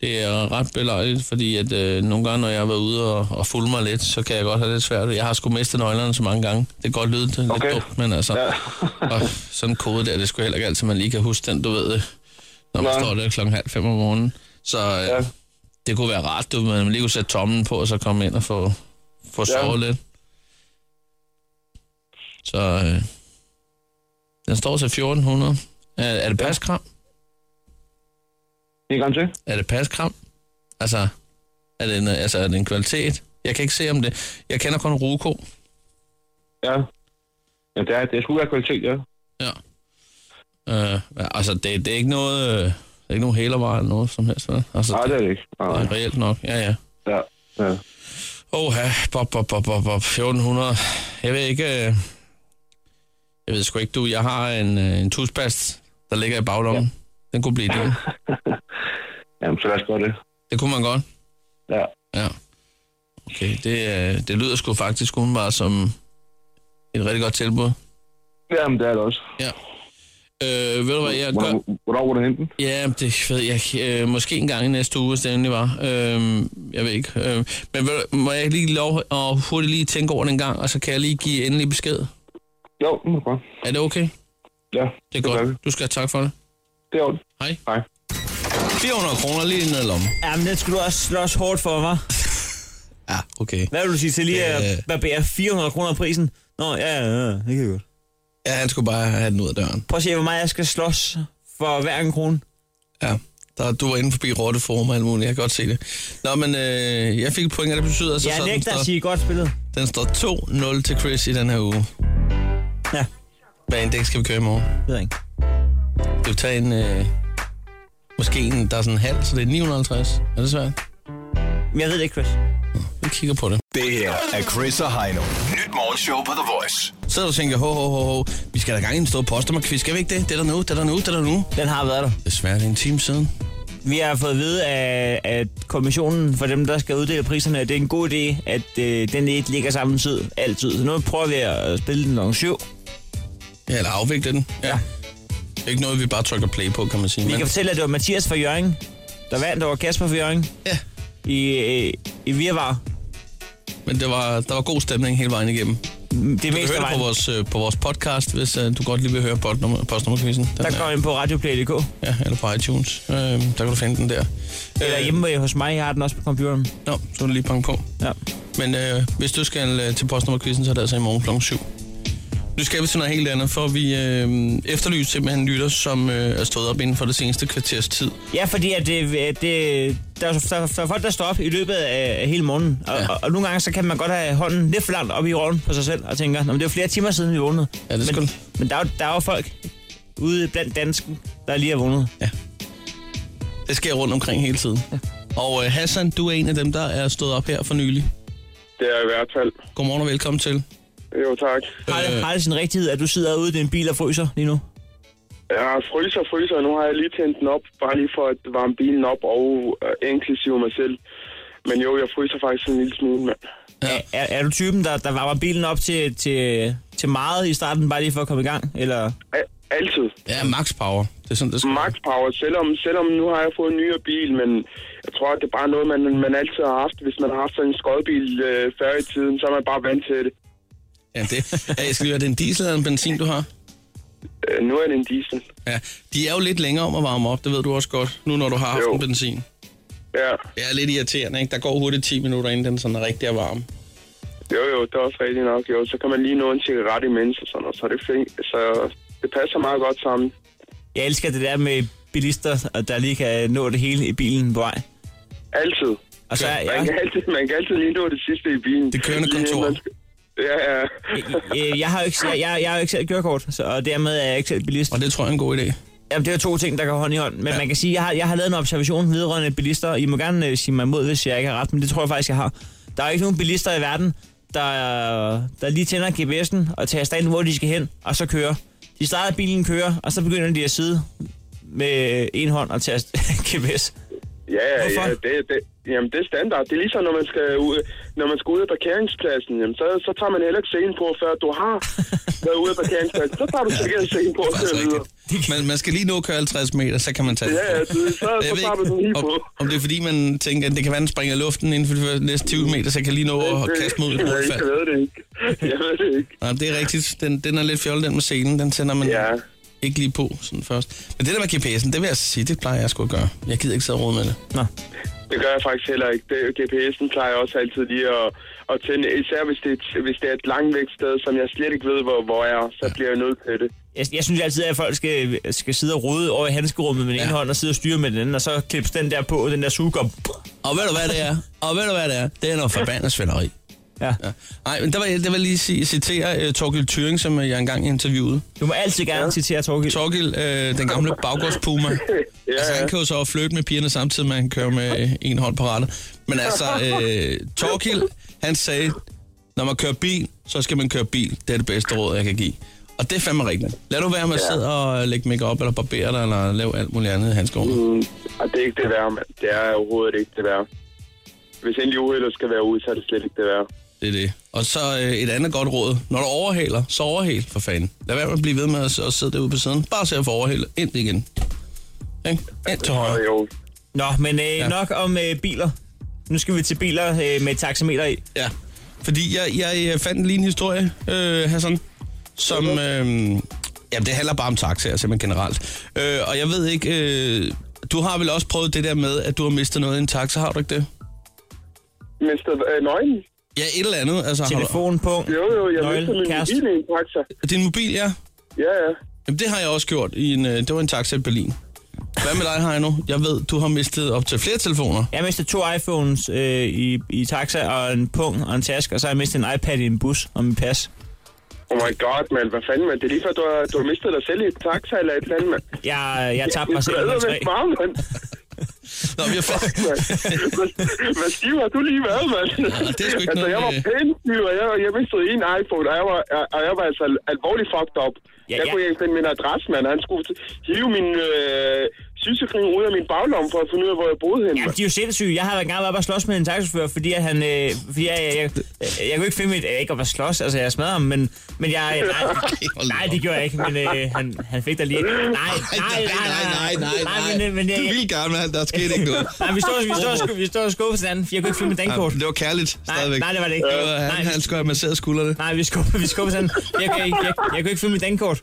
Det er ret belejligt, fordi at øh, nogle gange, når jeg har været ude og, og fulgt mig lidt, så kan jeg godt have lidt svært. Jeg har sgu mistet nøglerne så mange gange. Det kan godt lyde lidt Okay. dumt, men altså... ja. Og sådan en kode der, det skulle heller ikke altid, man lige kan huske den, du ved, øh, når man Nej. står der klokken halv fem om morgenen. Så øh, Ja. det kunne være rart, du, ved, at man lige kunne sætte tommen på, og så komme ind og få, få Ja. sovet lidt. Så øh, den står til 1400. Er, er det paskram? En gang til. Er det paskram? Altså er, det en, altså, er det en kvalitet? Jeg kan ikke se om det. Jeg kender kun Ruko. Ja. Ja, det er, det skulle være kvalitet, ja. Ja. Øh, altså, det, det er ikke noget... Øh, det er ikke nogen hælervarer eller noget som helst, vel? Altså, Nej, det er det ikke. Nej, Ja, reelt nok, ja, ja. ja. ja. Åh, bop, bop, bop, bop, bop, 1400. Jeg ved ikke... øh, Jeg ved sgu ikke, du. Jeg har en, øh, en tuspast, der ligger i baglommen. Ja. Den kunne blive det. *laughs* Jamen, så lad os gøre det. Det kunne man godt. Ja. Ja. Okay, det, øh, det lyder sgu faktisk umiddelbart som et rigtig godt tilbud. Jamen, det er det også. Ja. Øh, ved du hvad, jeg gør... Hvornår, hvornår var du hente den? Ja, det ved jeg ikke. øh, Måske en gang i næste uge, hvis det endelig var. Øh, jeg ved ikke. Øh, men ved du- må jeg ikke lige lov at hurtigt lige tænke over den gang, og så kan jeg lige give endelig besked? Jo, det må du godt. Er det okay? Ja, Det er gør vi. godt. Du skal have tak for det. Det er ordentligt. Hej. Hej. 400 kroner lige ned i lommen. Jamen, den skulle du også slås hårdt for, mig. *laughs* Ja, okay. Hvad vil du sige til lige at Øh. barbere 400 kroner af prisen? Nå, ja, ja, ja, det kan jeg godt. Ja, han skulle bare have den ud af døren. Prøv at se, hvor meget jeg skal slås for hver en krone. Ja. Der, du var inde forbi Rotteforum og alt muligt, jeg kan godt se det. Nå, men øh, jeg fik et point, og det betyder altså, Jeg så den nægter at står, sige godt spillet. den står 2-0 til Chris i den her uge. Ja, Hvad indeks skal vi køre i morgen? det ved jeg ikke. Skal vi tage en... Øh, måske en, der er sådan en halv, så det er 950. Er det svært? Men Jeg ved det ikke, Chris. Vi kigger på det. Det her er Chris og Heino. Nyt morgenshow på The Voice. Så du og tænker, ho, ho, ho, ho, vi skal da gang i en stor postnummerquiz. Skal vi ikke det? Det er der nu, det er der nu, det er der nu. Den har været der. Desværre, det er en time siden. Vi har fået at vide, at, at kommissionen for dem, der skal uddele priserne, at det er en god idé, at øh, den ikke ligger samme tid altid. Så nu prøver vi at spille den klokken syv. Ja, eller afvikle den. Ja. Ikke noget, vi bare trykker play på, kan man sige. Vi kan Men, fortælle, at det var Mathias fra Jørgen, der vandt over Kasper fra Jørgen ja, i, øh, i Virvar. men det var, der var god stemning hele vejen igennem. Du Det kan meste høre af det på vejen. vores, øh, på vores podcast, hvis øh, du godt lige vil høre postnummer, postnummerquizzen. Den Der er- går ind på radioplay.dk. Ja, eller på iTunes. Øh, der kan du finde den der. Eller Øh, hjemme hos mig, jeg har den også på computeren. Nå, så kan du lige banke på. Ja. Men øh, hvis du skal øh, til postnummerquizzen, så er det altså i morgen kl. 7. Nu skal vi til noget helt andet, for vi øh, efterlyser simpelthen lytter, som øh, er stået op inden for det seneste kvarters tid. Ja, fordi at det, at det, der, der, der er folk, der står op i løbet af, af hele morgenen. Og, Ja. ja. og, og nogle gange så kan man godt have hånden lidt for langt op i røven på sig selv og tænker, "Nå, men det er jo flere timer siden, vi vågnede. Ja, det men, skulle- men der er, jo, der er jo folk ude blandt dansken, der lige er vågnet. Det sker rundt omkring hele tiden. Ja. Og øh, Hassan, du er en af dem, der er stået op her for nylig. Det er i hvert fald. Godmorgen og velkommen til. Øh, Jo, tak. Har det, har det sin rigtighed, at du sidder ude i din bil og fryser lige nu? Jeg fryser, fryser, og nu har jeg lige tændt den op, bare lige for at varme bilen op, og øh, inklusive mig selv. Men jo, jeg fryser faktisk en lille smule, mand. Ja. Er, er du typen, der, der varmer bilen op til, til, til meget i starten, bare lige for at komme i gang? Eller? A- altid. Ja, max power. Det er sådan, det skal være. Max power, selvom, selvom nu har jeg fået en nyere bil, men jeg tror, at det er bare noget, man, man altid har haft. Hvis man har haft sådan en skodbil øh, før i tiden, så er man bare vant til det. Ja, det. Ja, Jeg skal lige høre, er det en diesel eller en benzin, du har? Øh, nu er det en diesel. Ja, de er jo lidt længere om at varme op, det ved du også godt, nu når du har haft Jo. en benzin. Ja, Det er lidt irriterende, ikke? Der går hurtigt 10 minutter, inden den sådan er rigtig er varm. jo jo, det er også rigtigt nok. Jo, så kan man lige nå en cigaret imens og sådan noget, så er det fint. Så det passer meget godt sammen. Jeg elsker det der med bilister, og der lige kan nå det hele i bilen på vej. Altid. Og så, Man, ja, kan altid, man kan altid lige nå det sidste i bilen. Det kørende Lige inden kontor. man skal- Ja, ja. øh, jeg, har jo ikke, jeg, jeg, jeg har jo ikke selv kørekort, så, og dermed er jeg ikke selv bilist. Og det tror jeg er en god idé. Jamen, det er to ting, der går hånd i hånd. Men ja. man kan sige, jeg har, jeg har lavet en observation vedrørende bilister. I må gerne øh, sige mig imod, hvis jeg ikke har ret, men det tror jeg faktisk, jeg har. Der er ikke nogen bilister i verden, der, der lige tænder GPS'en og tager stand, hvor de skal hen, og så kører. De starter bilen, kører, og så begynder de at sidde med en hånd og tage *laughs* GPS. *laughs* Ja, ja, ja. Hvorfor? Det, det, jamen, det er standard. Det er ligesom, når man skal ud, når man skal ud af parkeringspladsen. Jamen, så, så tager man heller ikke scenen på, før du *laughs* har været ude af parkeringspladsen. Så tager du sikkert scenen på og Faktisk kører videre. rigtigt. Man, man skal lige nå at køre 50 meter, så kan man tage Ja, ja, det, så, Jeg så ved tager du den ikke, lige om, på. om det er fordi, man tænker, at det kan være, at den springer i luften inden for de næste 20 meter, så jeg kan lige nå at kaste mod et Jeg ved ikke, hovedfald. Jeg ved det ikke. Jeg ved det ikke. Nej, det er rigtigt. Den, den er lidt fjollet, den med scenen. Den tænder man Ja. ikke lige på sådan først. Men det der med GPS'en, det vil jeg sige, det plejer jeg sgu at gøre. Jeg gider ikke sidde og rode med det. Nå. Det gør jeg faktisk heller ikke. Det, GPS'en plejer jeg også altid lige at, at tænde, især hvis det, er et- hvis det er et langt væk sted, som jeg slet ikke ved, hvor, hvor jeg er, så bliver jeg nødt til det. Jeg, jeg synes altid, at folk skal, skal sidde og rode over i handskerummet med den ja. ene hånd og sidde og styre med den anden, og så klips den der på, den der sugekop. Og ved du, hvad det er? Og ved du, hvad det er? Det er noget forbandet svinderi. Ja. Ja. Nej, men der var, jeg- der var lige sige, citere uh, Torgild Thuring, som øh, jeg engang interviewede. Du må altid gerne ja. citere Torgild. Torgild, øh, den gamle baggårdspuma. ja, altså, han kan jo så flytte med pigerne samtidig med, at han kører med øh, en hånd på rattet. Men altså, øh, Torgild, han sagde, når man kører bil, så skal man køre bil. Det er det bedste råd, jeg kan give. Og det er fandme rigtigt. Lad nu være med at sidde og øh, lægge make op eller barbere dig, eller lave alt muligt andet i hans Mm, og det er ikke det værre, mand. Det er overhovedet ikke det værre. Hvis endelig uheldet skal være ude, så er det slet ikke det værre. Det er det. Og så øh, et andet godt råd. Når du overhaler, så overhal for fanden. Lad være med at blive ved med at, s- at sidde derude på siden. Bare se at få overhalet ind igen. Ikke? Ind til højre. Og jo, Nå, men øh, ja. nok om øh, biler. Nu skal vi til biler øh, med taxameter i. Ja, fordi jeg, jeg øh, fandt lige en historie, øh, Hassan, som... Øh, jamen, det handler bare om taxaer simpelthen generelt. Øh, og jeg ved ikke... Øh, du har vel også prøvet det der med, at du har mistet noget i en taxa, har du ikke det? mistet øh, nøglen. Ja, et eller andet. Altså, har Telefon på. Jo, jo, jeg Nøgle, mistede min kæreste. mobil i en taxa. Du, din mobil, ja. Ja, ja. Jamen, det har jeg også gjort. I en, øh, det var en taxa i Berlin. Hvad med dig, Heino? Jeg ved, du har mistet op til flere telefoner. Jeg mistede to iPhones øh, i, i taxa, og en pung og en task, og så har jeg mistet en iPad i en bus og min pas. Oh my god, mand. Hvad fanden, mand? Det er lige før, du har, du har mistet dig selv i et taxa eller et eller andet, mand. Jeg, jeg tabte mig Det selv er i med tre. meget, mand. Nå, vi har fået... mand. Hvad- Hvad stiv har du lige været, mand? Ja, det er sgu ikke altså, noget, jeg var øh. pænt stiv, og jeg, jeg mistede en iPhone, og jeg var, og- og jeg var altså al- alvorligt fucked up. Ja, Ja, jeg ja. kunne ikke finde min adresse, mand. Han skulle t- hive min øh, sygesikring ud af min baglomme for at finde ud af, hvor jeg boede henne. Jamen, mand. de er jo sindssyge. Jeg har da engang været oppe og slås med en taxachauffør, fordi at han... Øh, fordi jeg, jeg, jeg, jeg, jeg kunne ikke finde mit... Jeg er ikke oppe at slås, altså jeg smadrer ham, men, men jeg... Nej, *laughs* hold da nej, op. det gjorde jeg ikke, men øh, han, han fik da *laughs* lige... Nej, nej, nej, nej, nej, nej, men, øh, men Du jeg, vil gerne, men der skete ikke noget. *laughs* Nej, vi står, vi står, vi står, vi står og skubber til hinanden, for jeg kunne ikke finde mit dankort. Jamen, det var kærligt, stadigvæk. nej, det var det ikke. var, han, Nej, nej, vi- han skulle have masseret skuldrene. Nej, vi skubber, vi skubber til hinanden. Jeg, jeg, jeg, jeg, jeg kunne ikke finde mit dankort. *laughs*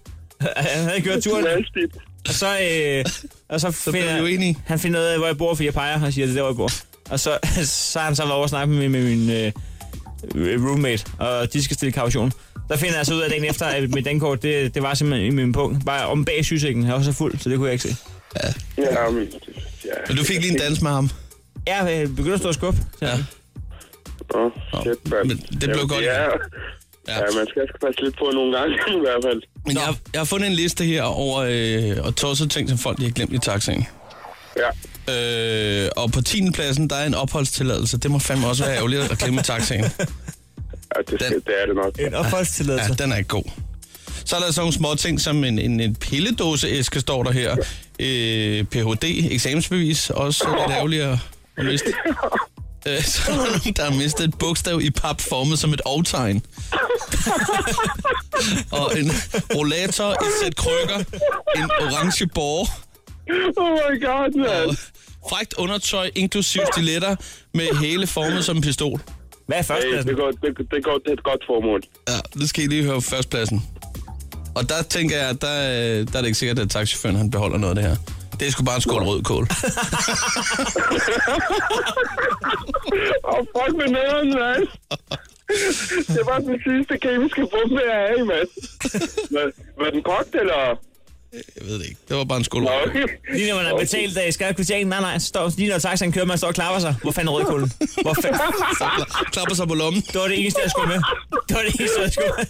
Han havde kørt turen, Det er altid. og så, øh, og så, blev finder, I uenige. han finder ud af, hvor jeg bor, fordi jeg peger og siger, det er der, hvor jeg bor. Og så, *laughs* så har han så været over og snakke med, med min øh, roommate, og de skal stille kaution. Der finder jeg så ud af dagen efter, at mit dankort, det, det var simpelthen i min punkt. Bare om bag sygesikringen, jeg var så fuld, så det kunne jeg ikke se. Ja, men, ja. Men du fik lige en dans med ham. Jeg øh, begyndte at stå og skubbe. Ja. Nå, shit, mand. Men det blev Jamen, godt. Ja. Ja. Ja. ja, man skal sgu passe lidt på nogle gange, *laughs* i hvert fald. Men jeg, jeg har fundet en liste her over øh, og tosset ting, som folk de har glemt i taxaen. Ja. Øh, og på 10. pladsen, der er en opholdstilladelse. Det må fandme også være ærgerligt at glemme i taxaen. ja det, Den- det er det nok. En opholdstilladelse. Ja, den er ikke god. Så er der sådan nogle små ting, som en, en, en pilledåseæske står der her. Øh, Ph.D. eksamensbevis, også lidt ærgerligt at, at miste. Øh, så er der nogen, der har mistet et bogstav i pap formet som et *laughs* ovtegn. og en rollator, et sæt krykker, en orange borg, Oh my god, man. og frækt undertøj inklusiv stiletter med hele formet som en pistol. Hvad er Hey, førstepladsen? det, går, det, det, går, det er et godt formål. Ja, det skal I lige høre førstpladsen. Og der tænker jeg, at der, øh, der er det ikke sikkert, at taxichaufføren han beholder noget af det her. Det er sgu bare en skål rødkål. *laughs* Åh, oh, fuck med nødderen, mand. Det var den sidste kemiske bombe, jeg er i, mand. Var, var den kogt, eller? Jeg ved det ikke. Det var bare en skål Nå, rødkål. okay. Lige når man har betalt øh, skattekvitteringen, nej, nej, så står, lige når taxaen kører, man står og klapper sig. Hvor fanden er rødkulden? Hvor *laughs* fanden? Klapper sig på lommen. Det var det eneste, jeg skulle med. Det var det eneste, jeg skulle med.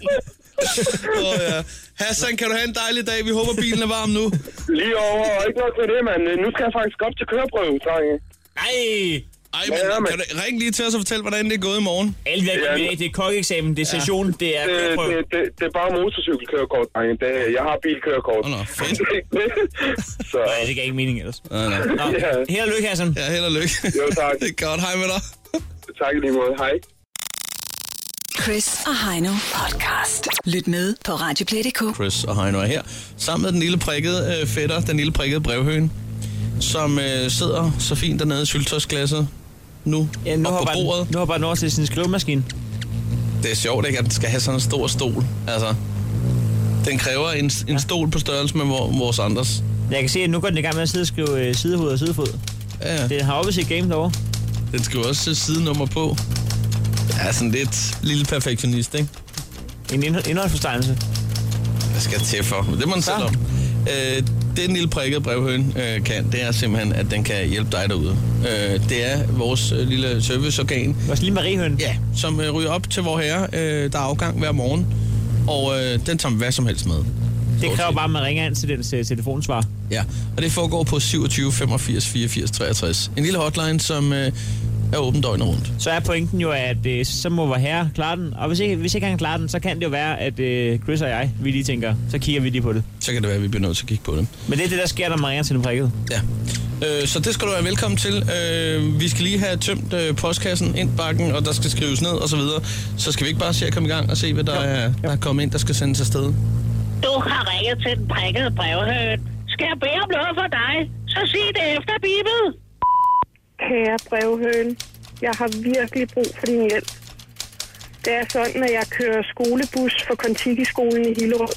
Åh, ja. Hassan, kan du have en dejlig dag? Vi håber, bilen er varm nu. Lige over, og ikke nok med det, mand. Nu skal jeg faktisk op til køreprøve, drenge. Nej, Ej, Ja, men, men- kan du ring lige til os og fortæl, hvordan det er gået i morgen. alle vi har med, det er kokkeeksamen, det er session, det er Det, prøve. det, det, det er bare motorcykelkørekort, drenge. Det, jeg har bilkørekort. Åh, nå, fedt. Så, Nej, det gav ikke mening ellers. Nej, nej. Nå, Ja. held og lykke, Hassan. Ja, held og lykke. Jo, tak. *laughs* Det er godt. Hej med dig. *laughs* tak i lige måde. Hej. Chris og Heino podcast. Lyt med på Radioplay.dk. Chris og Heino er her. Sammen med den lille prikkede øh, fætter, den lille prikkede brevhøen, som øh, sidder så fint dernede i syltøjsglasset nu, Ja, nu og på hopper bordet. den, nu hopper den over til sin skrivemaskine. Det er sjovt, ikke, at den skal have sådan en stor stol. Altså, den kræver en, en stol på størrelse med vor- vores andres. Jeg kan se, at nu går den i gang med at sidde og skrive øh, sidehoved og sidefod. Ja, ja. Det har oppe sit game derovre. Den skal jo også se sidenummer på. Ja, sådan lidt lille perfektionist, ikke? En ind- indholdsforstejelse. Hvad skal jeg til for? Men Det må man selv Så. om. Øh, det den lille prikkede brevhøn øh, kan, det er simpelthen, at den kan hjælpe dig derude. Øh, det er vores øh, lille serviceorgan, Vores lille Mariehøn. ja, som øh, ryger op til vor herre. Øh, der er afgang hver morgen, og øh, den tager hvad som helst med. Det Stort kræver set. bare, at man ringer ind til dens øh, telefonsvar. Ja, og det foregår på 27 85 84 63. En lille hotline, som øh, er åben døgnet rundt. Så er pointen jo, at øh, så må vores herre klare den. Og hvis ikke, hvis ikke han klarer den, så kan det jo være, at øh, Chris og jeg, vi lige tænker, så kigger vi lige på det. Så kan det være, at vi bliver nødt til at kigge på dem. Men det er det, der sker, når man ringer til den prikket. Ja. Øh, så det skal du være velkommen til. Øh, vi skal lige have tømt øh, postkassen, indbakken, og der skal skrives ned og så videre. så skal vi ikke bare se at komme i gang og se, hvad der, er, der er kommet ind, der skal sendes afsted. Du har ringet til den prikkede brevhøn. Skal jeg bede om noget for dig, så sig det efter, Bibel. Kære brevhøen, jeg har virkelig brug for din hjælp. Det er sådan, at jeg kører skolebus for Kontiki-skolen i Hillerød.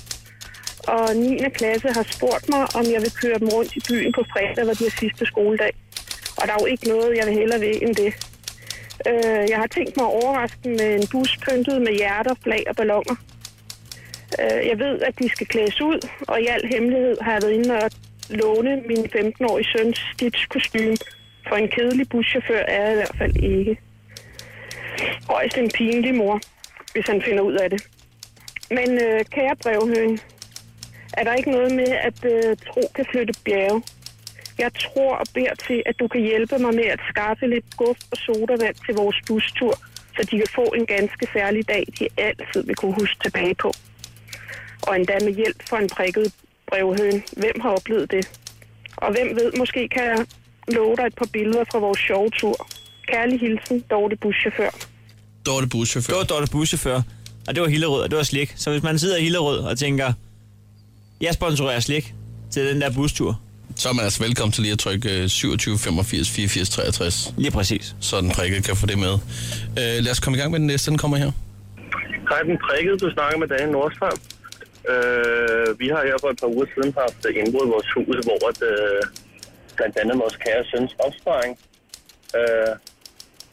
Og 9. klasse har spurgt mig, om jeg vil køre dem rundt i byen på fredag, hvor de er sidste skoledag. Og der er jo ikke noget, jeg vil hellere ved end det. Øh, Jeg har tænkt mig at overraske dem med en bus pyntet med hjerter, flag og ballonger. Øh, Jeg ved, at de skal klædes ud, og i al hemmelighed har jeg været inde og låne min 15-årige søns stitch kostume for en kedelig buschauffør er jeg i hvert fald ikke. Højst en pinlig mor, hvis han finder ud af det. Men øh, kære brevhøen, er der ikke noget med, at øh, tro kan flytte bjerge? Jeg tror og beder til, at du kan hjælpe mig med at skaffe lidt guf og sodavand til vores bustur, så de kan få en ganske særlig dag, de altid vil kunne huske tilbage på. Og endda med hjælp fra en prikket brevhøen. Hvem har oplevet det? Og hvem ved, måske kan jeg love dig et par billeder fra vores sjove tur. Kærlig hilsen, Dorte Buschauffør. Dorte Buschauffør. Det var Dorte Buschauffør, og det var Hillerød, og det var slik. Så hvis man sidder i Hillerød og tænker, jeg sponsorerer slik til den der bustur. Så er man altså velkommen til lige at trykke øh, 27 85 84 63, Lige præcis. så den prikket kan få det med. Øh, lad os komme i gang med den næste, den kommer her. Hej, den prikkede, du snakker med Dan Nordstrøm. Øh, vi har her for et par uger siden haft øh, indbrud i vores hus, hvor at, øh, blandt andet vores kære søns opsparing øh,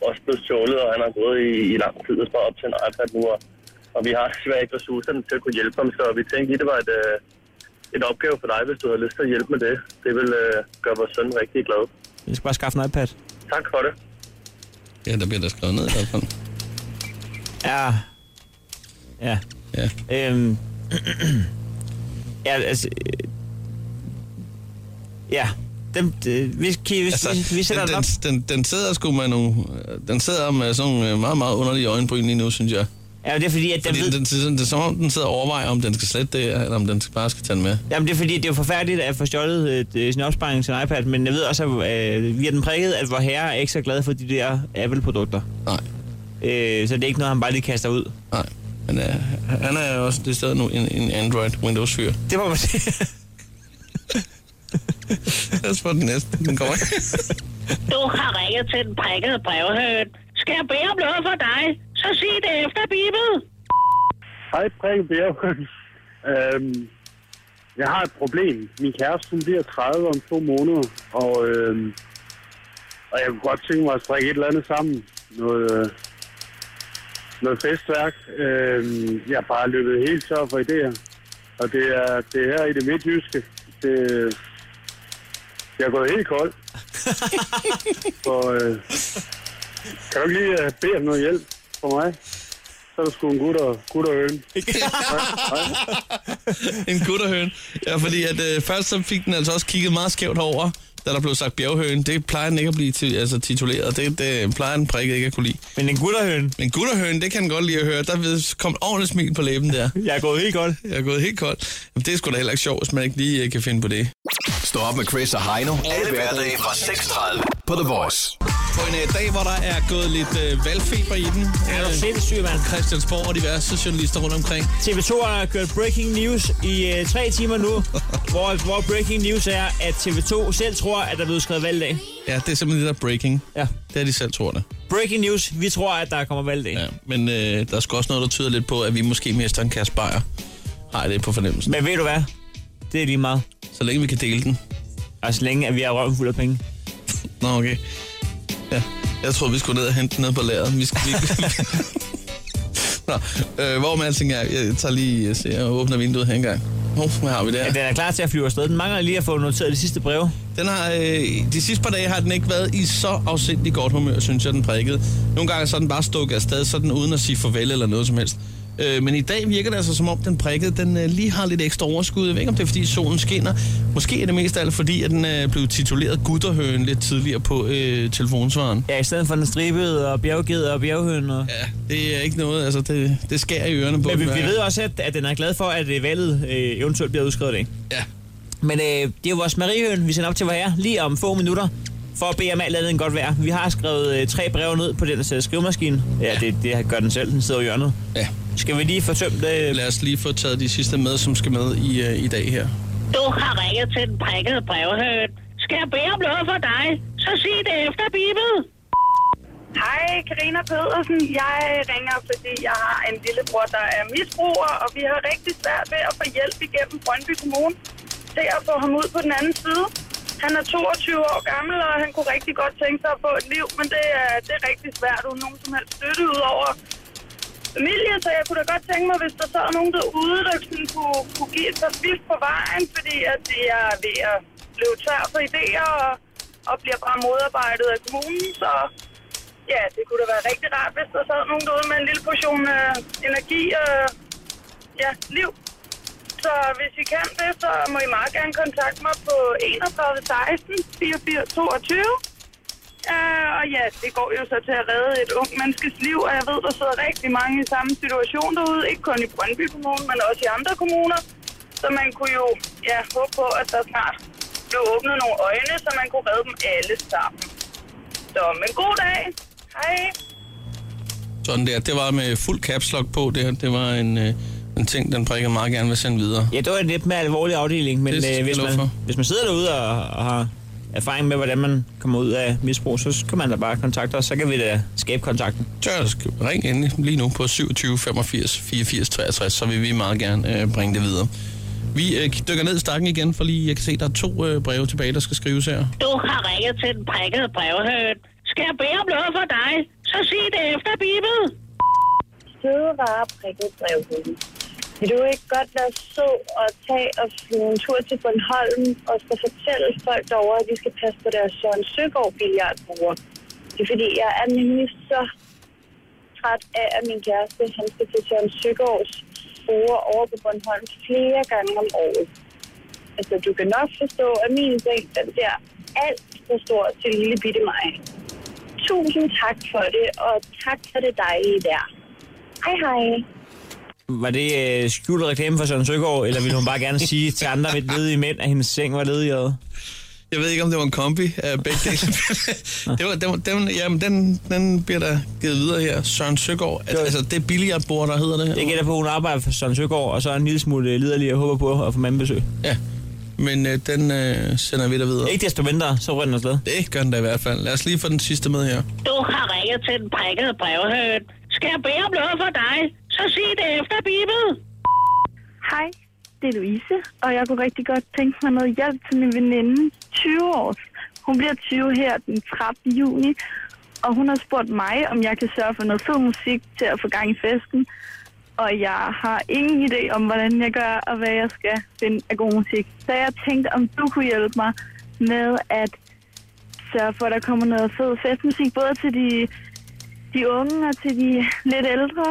også blev stjålet, og han har gået i, i lang tid og sparet op til en iPad nu. Og, og vi har svært ikke ressourcerne til at kunne hjælpe ham, så vi tænkte lige, det var et, øh, et opgave for dig, hvis du havde lyst til at hjælpe med det. Det vil øh, gøre vores søn rigtig glad. Jeg skal bare skaffe en iPad. Tak for det. Ja, der bliver der skrevet ned i hvert fald. Ja. Ja. Ja. Øhm. *clears throat* ja, altså... øh, Ja. Dem, øh, vi, kan, vi, altså, vi, vi sætter den, den, den op. den, den, den sidder sgu med nogle... Den sidder med sådan nogle øh, meget, meget underlige øjenbryn lige nu, synes jeg. Ja, det er fordi, at den Fordi ved... den, den, den, det er som om, den sidder og overvejer, om den skal slette det, eller om den bare skal tage den med. Jamen, det er fordi, det er jo forfærdeligt at få stjålet øh, det- sin opsparing til en iPad, men jeg ved også, at øh, via den prikket, at vor herre er ikke så glad for de der Apple-produkter. Nej. Øh, så det er ikke noget, han bare lige kaster ud. Nej, men øh, han er jo også det sted nu en, en Android Windows 4. Det må man sige. *laughs* Lad os få den næste. Den kommer Du har ringet til den prikkede brevhøn. Skal jeg bede om noget for dig, så sig det efter, Bibel. Hej, Prikke Bjerg. øhm, jeg har et problem. Min kæreste hun bliver 30 om to måneder, og, øhm, og jeg kunne godt tænke mig at strikke et eller andet sammen. Noget, øh, noget festværk. Øhm, jeg er bare løbet helt tør for idéer. Og det er, det er her i det midtjyske. Det, jeg er gået helt kold. Så øh, kan du ikke lige øh, bede om noget hjælp for mig? Så er der sgu en gut og, gut og øen. en gutterhøn. Ja, fordi at, øh, først så fik den altså også kigget meget skævt over, da der blev sagt bjerghøn. Det plejer den ikke at blive ti- altså, tituleret. Det, det plejer den prikke ikke at kunne lide. Men en gutterhøn? En gutterhøn, det kan den godt lide at høre. Der ved- kom et ordentligt smil på læben der. *laughs* Jeg er gået helt godt. Jeg er gået helt koldt. Jamen, det er sgu da heller ikke sjovt, hvis man ikke lige øh, kan finde på det. Stå op med Chris og Heino. Alle hverdage fra 6.30 på The Voice. På en øh, dag, hvor der er gået lidt øh, valgfeber i den. Er du sindssyg, mand? Christiansborg og diverse journalister rundt omkring. TV2 har kørt breaking news i øh, tre timer *laughs* nu, hvor, hvor breaking news er, at TV2 selv tror, at der er udskrevet valgdag. Ja, det er simpelthen det der breaking. Ja. Det er de selv tror det. Breaking news, vi tror, at der kommer valgdag. Ja. Ja, men øh, der er sgu også noget, der tyder lidt på, at vi måske mister en Kasper Beyer. Har jeg det på fornemmelsen. Men ved du hvad? Det er lige meget. Så længe vi kan dele den. Og så længe, at vi har røven fuld af penge. Nå, okay. Ja, jeg tror, vi skulle ned og hente den ned på lageret. Vi skal, vi... Nå, øh, hvor med alting er, jeg tager lige jeg ser, og åbner vinduet her engang. Hov, hvad har vi der? Ja. Den er klar til at flyve afsted. Den mangler lige at få noteret de sidste breve. Den har, øh, de sidste par dage har den ikke været i så afsindelig godt humør, synes jeg, den prikkede. Nogle gange så er den bare stukket afsted, sådan uden at sige farvel eller noget som helst. Øh, men i dag virker det altså som om, den prikkede, den øh, lige har lidt ekstra overskud. Jeg ved ikke, om det er, fordi solen skinner. Måske er det mest af alt, fordi at den øh, blev tituleret Gutterhøen lidt tidligere på øh, telefonsvaren. Ja, i stedet for den stribede og bjerggede og bjerghøn. Og... Ja, Ja, det er ikke noget, altså det, det skærer i ørerne på Men vi, den, vi hver ved gang. også, at, at den er glad for, at øh, valget øh, eventuelt bliver udskrevet i dag. Ja, Men øh, det er jo vores Mariehøn, vi sender op til vor herre lige om få minutter, for at bede om alt andet end godt vejr. Vi har skrevet øh, tre breve ned på den øh, skrivemaskine. Ja, det, det gør den selv, den sidder i hjørnet. ja. Skal vi lige få tømt øh, Lad os lige få taget de sidste med, som skal med i, øh, i dag her. Du har ringet til den prikkede brevhøn. Skal jeg bede om noget for dig, så sig det efter, Bibel. Hej, Karina Pedersen. Jeg ringer, fordi jeg har en lillebror, der er misbruger, og vi har rigtig svært ved at få hjælp igennem Brøndby Kommune til at få ham ud på den anden side. Han er 22 år gammel, og han kunne rigtig godt tænke sig at få et liv, men det er, det er rigtig svært uden nogen som helst støtte ud over familie, så jeg kunne da godt tænke mig, hvis der sad nogen derude, der sådan kunne, kunne give et par svift på vejen, fordi at det er ved at blive tør for idéer og, og bliver bare modarbejdet af kommunen, så Ja, det kunne da være rigtig rart, hvis der sad nogen derude med en lille portion øh, energi og øh, ja, liv. Så hvis I kan det, så må I meget gerne kontakte mig på 31 16 84 22. Uh, og ja, det går jo så til at redde et ung menneskes liv, og jeg ved, der sidder rigtig mange i samme situation derude. Ikke kun i Brøndby Kommune, men også i andre kommuner. Så man kunne jo ja, håbe på, at der snart blev åbnet nogle øjne, så man kunne redde dem alle sammen. Så, men god dag. Hej. Sådan der. Det var med fuld caps lock på der. Det var en, øh, en ting, den prikker meget gerne vil sende videre. Ja, det var en lidt mere alvorlig afdeling, men Det skal øh, hvis, jeg love man, for. hvis man sidder derude og, og har erfaring med, hvordan man kommer ud af misbrug, så kan man da bare kontakte os, så kan vi da skabe kontakten. Tørsk, ring endelig lige nu på 27 85 84 63, så vil vi meget gerne øh, bringe det videre. Vi øh, dykker ned i stakken igen, for lige jeg kan se, der er to øh, breve tilbage, der skal skrives her. Du har ringet til den prikkede brevhøn. Skal jeg bede om noget for dig, så sig det efter, Bibel. søde rare prikket brevhunde. Vil du ikke godt være så og tage og flyve en tur til Bornholm og så fortælle folk derovre, at de skal passe på deres Søren Søgaard billiardbord? Det er fordi, jeg er nemlig så træt af, at min kæreste, han skal til Søren Søgaards bord over på Bornholm flere gange om året. Altså, du kan nok forstå, at min seng, den der alt for stor til lille bitte mig. Tusind tak for det, og tak for det dejlige der. Hej, hej. Var det øh, skjult reklame for Søren Søgaard, eller ville hun bare gerne sige til andre ved ledige mænd, at hendes seng var ledig? Jeg ved ikke, om det var en kombi af begge *laughs* dele. det var, den, den, jamen, den, den bliver der givet videre her. Søren Søgaard. Altså, altså det er billiardbord, der hedder det. Jeg gætter på, at hun arbejder for Søren Søgaard, og så er en lille smule øh, liderlig og håber på at få mandbesøg. Ja, men øh, den øh, sender vi dig videre. Ikke desto mindre, så rører den afsted. Det gør den da i hvert fald. Lad os lige få den sidste med her. Du har ringet til den prikkede brevhøn. Skal jeg bede om noget for dig? Så sig det efter, Bibel. Hej, det er Louise, og jeg kunne rigtig godt tænke mig noget hjælp til min veninde, 20 års. Hun bliver 20 her den 13. juni, og hun har spurgt mig, om jeg kan sørge for noget fed musik til at få gang i festen. Og jeg har ingen idé om, hvordan jeg gør, og hvad jeg skal finde af god musik. Så jeg tænkte, om du kunne hjælpe mig med at sørge for, at der kommer noget fed festmusik, både til de, de unge og til de lidt ældre.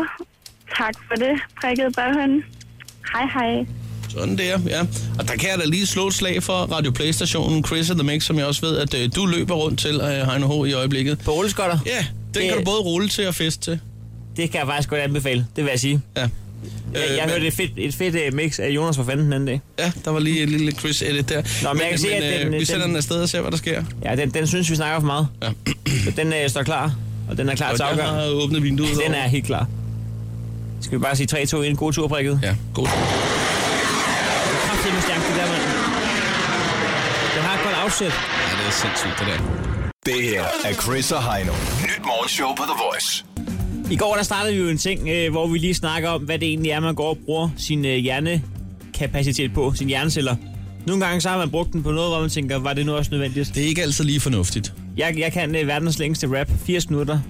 Tak for det, prikket børnene. Hej, hej. Sådan der, ja. Og der kan jeg da lige slå et slag for Radio Playstationen, Chris and the Mix, som jeg også ved, at øh, du løber rundt til, øh, Heino H. i øjeblikket. På rulleskotter? Ja, den kan du både rulle til og feste til. Det kan jeg faktisk godt anbefale, det vil jeg sige. Ja. Jeg, jeg hørte et fedt, et fedt øh, mix af Jonas fra Fanden den anden dag. Ja, der var lige et lille Chris edit der. Nå, men, men jeg kan se, at den, øh, vi sender den afsted og ser, hvad der sker. Ja, den, den synes vi snakker for meget. Ja. Så den øh, står klar, og den er klar Og til jeg afgang. har åbnet vinduet Den derovre. er helt klar. Skal vi bare sige 3, 2, 1. God tur, prikket. Ja, god tur. Kraftigt med stærkt, det der, mand. Den har et godt afsæt. Ja, det er sindssygt, det der. Det her er Chris og Heino. Nyt morgenshow på The Voice. I går der startede vi jo en ting, øh, hvor vi lige snakker om, hvad det egentlig er, man går og bruger sin øh, hjernekapacitet på, sine hjerneceller. Nogle gange så har man brugt den på noget, hvor man tænker, var det nu også nødvendigt? Det er ikke altid lige fornuftigt. Jeg, jeg kan øh, verdens længste rap, 80 minutter,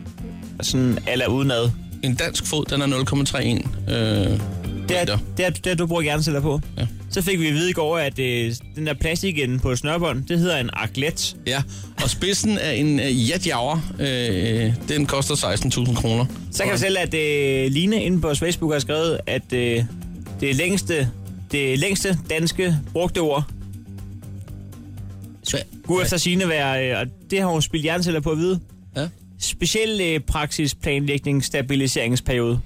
sådan eller udenad. En dansk fod, den er 0,31. Øh, det, er, det, er, det er, du bruger hjerneceller på. Ja. Så fik vi at vide i går, at øh, den der plastik inde på et snørbånd, det hedder en aglet. Ja, og spidsen af en øh, jetjager, øh, den koster 16.000 kroner. Så kan jeg fortælle, at øh, Line inde på vores Facebook har skrevet, at øh, det længste, det længste danske brugte ord skulle efter sine være, øh, og det har hun spildt hjerneceller på at vide, ja. speciel øh, praksis planlægning stabiliseringsperiode.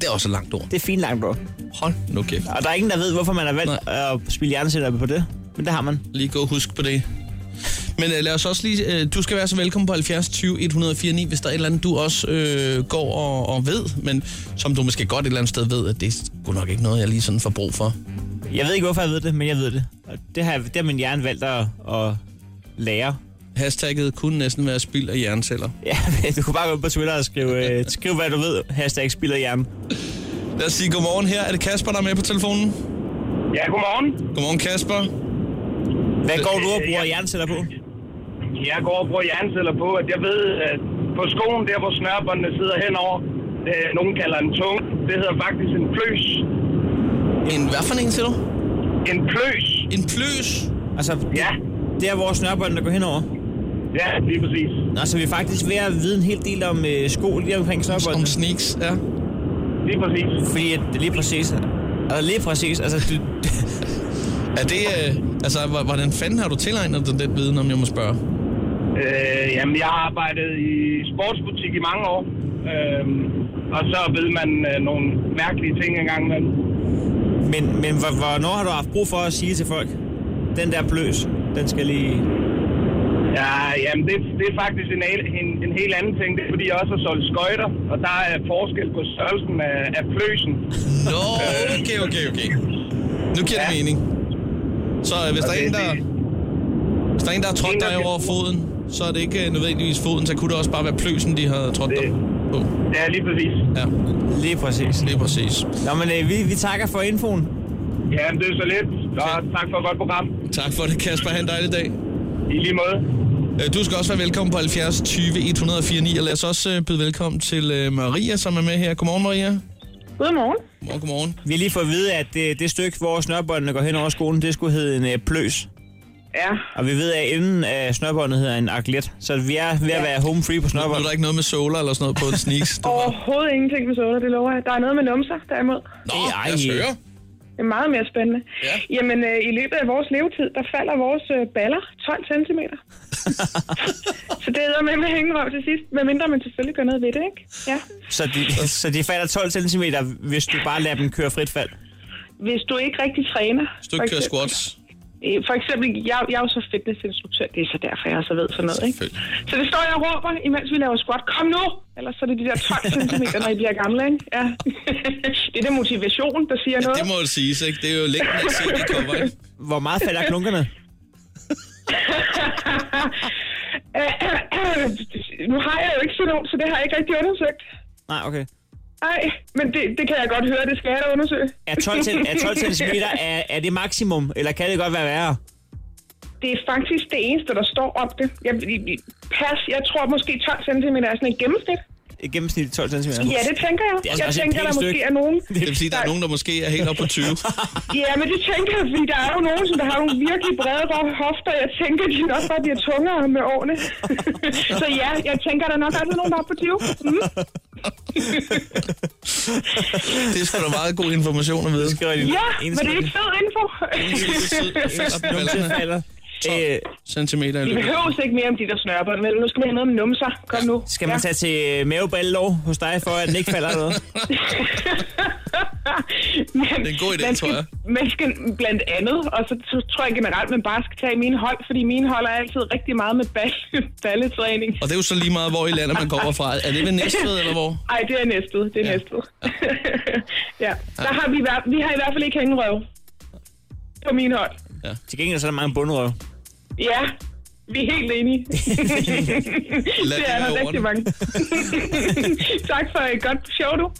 Det er også et langt ord. Det er fint langt ord. Hold nu kæft. Og der er ingen, der ved, hvorfor man har valgt Nej. at spille hjerneceller på det, men det har man. Lige gå og husk på det. Men øh, lad os også lige, øh, du skal være så velkommen på 70 20 104 9, hvis der er et eller andet, du også øh, går og, og ved, men som du måske godt et eller andet sted ved, at det er sgu nok ikke noget, jeg lige sådan får brug for. Jeg ved ikke, hvorfor jeg ved det, men jeg ved det. Og det har, jeg- det har min hjerne valgt at, at lære. Hashtagget kunne næsten være spild af hjerneceller. Ja, *laughs* men du kunne bare gå ind på Twitter og skrive, øh, skriv hvad du ved. Hashtag spilder hjernen. Lad os sige godmorgen her. Er det Kasper, der er med på telefonen? Ja, godmorgen. Godmorgen, Kasper. Hvad går du og Øh, bruger jeg- hjerneceller på? Jeg går og bruger hjerneceller på, at jeg ved, at på skoen, der hvor snørbåndene sidder henover, øh, nogen kalder en tung. Det hedder faktisk en pløs. En hvad for en, siger du? En pløs. En pløs? Altså, ja. det er vores snørbånd, der går henover? Ja, lige præcis. Nå, så vi er faktisk ved at vide en hel del om øh, sko lige omkring snørbånden. Om sneaks, ja. Lige præcis. Fordi at, lige præcis. Altså, lige præcis. Altså, du, *laughs* Er det, øh, altså, h- hvordan fanden har du tilegnet dig den viden, om jeg må spørge? Øh, jamen, jeg har arbejdet i sportsbutik i mange år. Øh, og så ved man øh, nogle mærkelige ting engang imellem. men, men hvor- hvornår har du haft brug for at sige til folk, den der bløs, den skal lige... Ja, jamen det, det er faktisk en, al- en, en helt anden ting. Det er fordi, jeg også har solgt skøjter, og der er forskel på størrelsen af, af pløsen. Nå, okay, okay, okay. Nu giver det ja. mening. Så øh, hvis, Altså, der er en, der, hvis der er en, der har trådt dig over foden, så er det ikke øh, nødvendigvis foden, så kunne det også bare være pløsen, de har trådt dig på. Ja, lige præcis. Ja. Lige præcis. Lige præcis. Nå, men øh, vi, vi takker for infoen. Ja, det er så lidt. Så tak for et godt program. Tak for det, Kasper. Ha' en dejlig dag. I lige måde. Øh, Du skal også være velkommen på 70 20 104 9, og lad os også øh, byde velkommen til øh, Maria, som er med her. Godmorgen, Maria. Godmorgen. Godmorgen, godmorgen. Vi har lige fået at vide, at det, det stykke, hvor snørbåndene går hen over skolen, det skulle hedde en øh, pløs. Ja. Og vi ved, at enden af snørbåndet hedder en aglet. Så vi er ved at være home free på snørbånd. Nu er der ikke noget med sola eller sådan noget på en sneaks. Overhovedet ingenting med soda, det lover jeg. Der er noget med numser, derimod. Nå, Ej. lad os høre. Det er meget mere spændende. Ja. Jamen, øh, i løbet af vores levetid, der falder vores øh, baller 12 cm. *laughs* så det er med med hængerøv til sidst, medmindre man selvfølgelig gør noget ved det, ikke? Ja. *laughs* Så de, så de falder 12 cm, hvis du bare lader dem køre frit fald. Hvis du ikke rigtig træner... Hvis for eksempel- squats. Øh, For eksempel, jeg, jeg er jo så fitnessinstruktør, det er så derfor, jeg så ved sådan noget, ikke? Så det står jeg og råber, imens vi laver squat, kom nu! Ellers så er det de der *laughs* 12 cm, når I bliver gamle, ikke? Ja. det er der motivation, der siger noget. Det må jo siges, ikke? Det er jo længden af set, det kommer, ikke? Hvor meget falder klunkerne? Øh, øh, øh, *clears throat* nu har jeg jo ikke sådan nogen, så det har jeg ikke rigtig undersøgt. Nej, okay. Nej, men det, det kan jeg godt høre, det skal jeg da undersøge. Er 12, cen- er 12 cm, *laughs* er, er det maksimum, eller kan det godt være værre? Det er faktisk det eneste, der står om det. Jeg, pas, jeg tror måske 12 cm er sådan et gennemsnit. I gennemsnit 12 cm? Ja, det tænker jeg. Det er altså Jeg også et tænker, pænt der måske stykke. er nogen. Det vil sige, at der er nogen, der måske er helt oppe på 20. Ja, men det tænker jeg, fordi der er jo nogen, som der har nogle virkelig brede rå- hofter. Jeg tænker, de nok bare bliver tungere med årene. Så ja, jeg tænker, der er nok altid nogen, der er på 20. Mm. Det er sgu da meget god information at vide. Ja, men det er ikke fed info. Øh, centimeter i Vi løbet. behøver ikke mere om de der snørper, men nu skal vi have noget om numser. Kom nu. Skal man tage til maveballelov hos dig, for at den ikke falder noget? *laughs* Men, Det er en god idé, man skal, tror jeg. Man skal blandt andet, og så, så tror jeg generelt, man bare skal tage mine hold, fordi mine hold er altid rigtig meget med ball, *laughs* balletræning. Og det er jo så lige meget, hvor i landet man kommer fra. Er det ved *laughs* Næstved, eller hvor? Nej, det er næstet. Det er ja. næstet. *laughs* ja. Der har vi, i hver- vi har i hvert fald ikke hængerøv. På min hold. Ja. Til gengæld så er der mange bundrøv. Ja, vi er helt enige. det er være der rigtig ordene. mange. *laughs* tak for et godt show, du.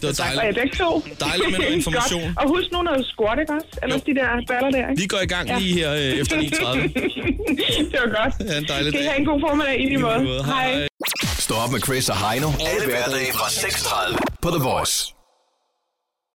Det var Og jeg dejligt. begge to. Dejligt *laughs* med noget information. Godt. Og husk nu noget squat, ikke også? Ellers de der baller der, ikke? Vi går i gang lige her, øh, efter *laughs* 9.30. det var godt. Ja, en dejlig Kan I dag. have en god formiddag i lige måde. Hej. Stå op med Chris og Heino. Alle hverdage fra 6.30 på The Voice.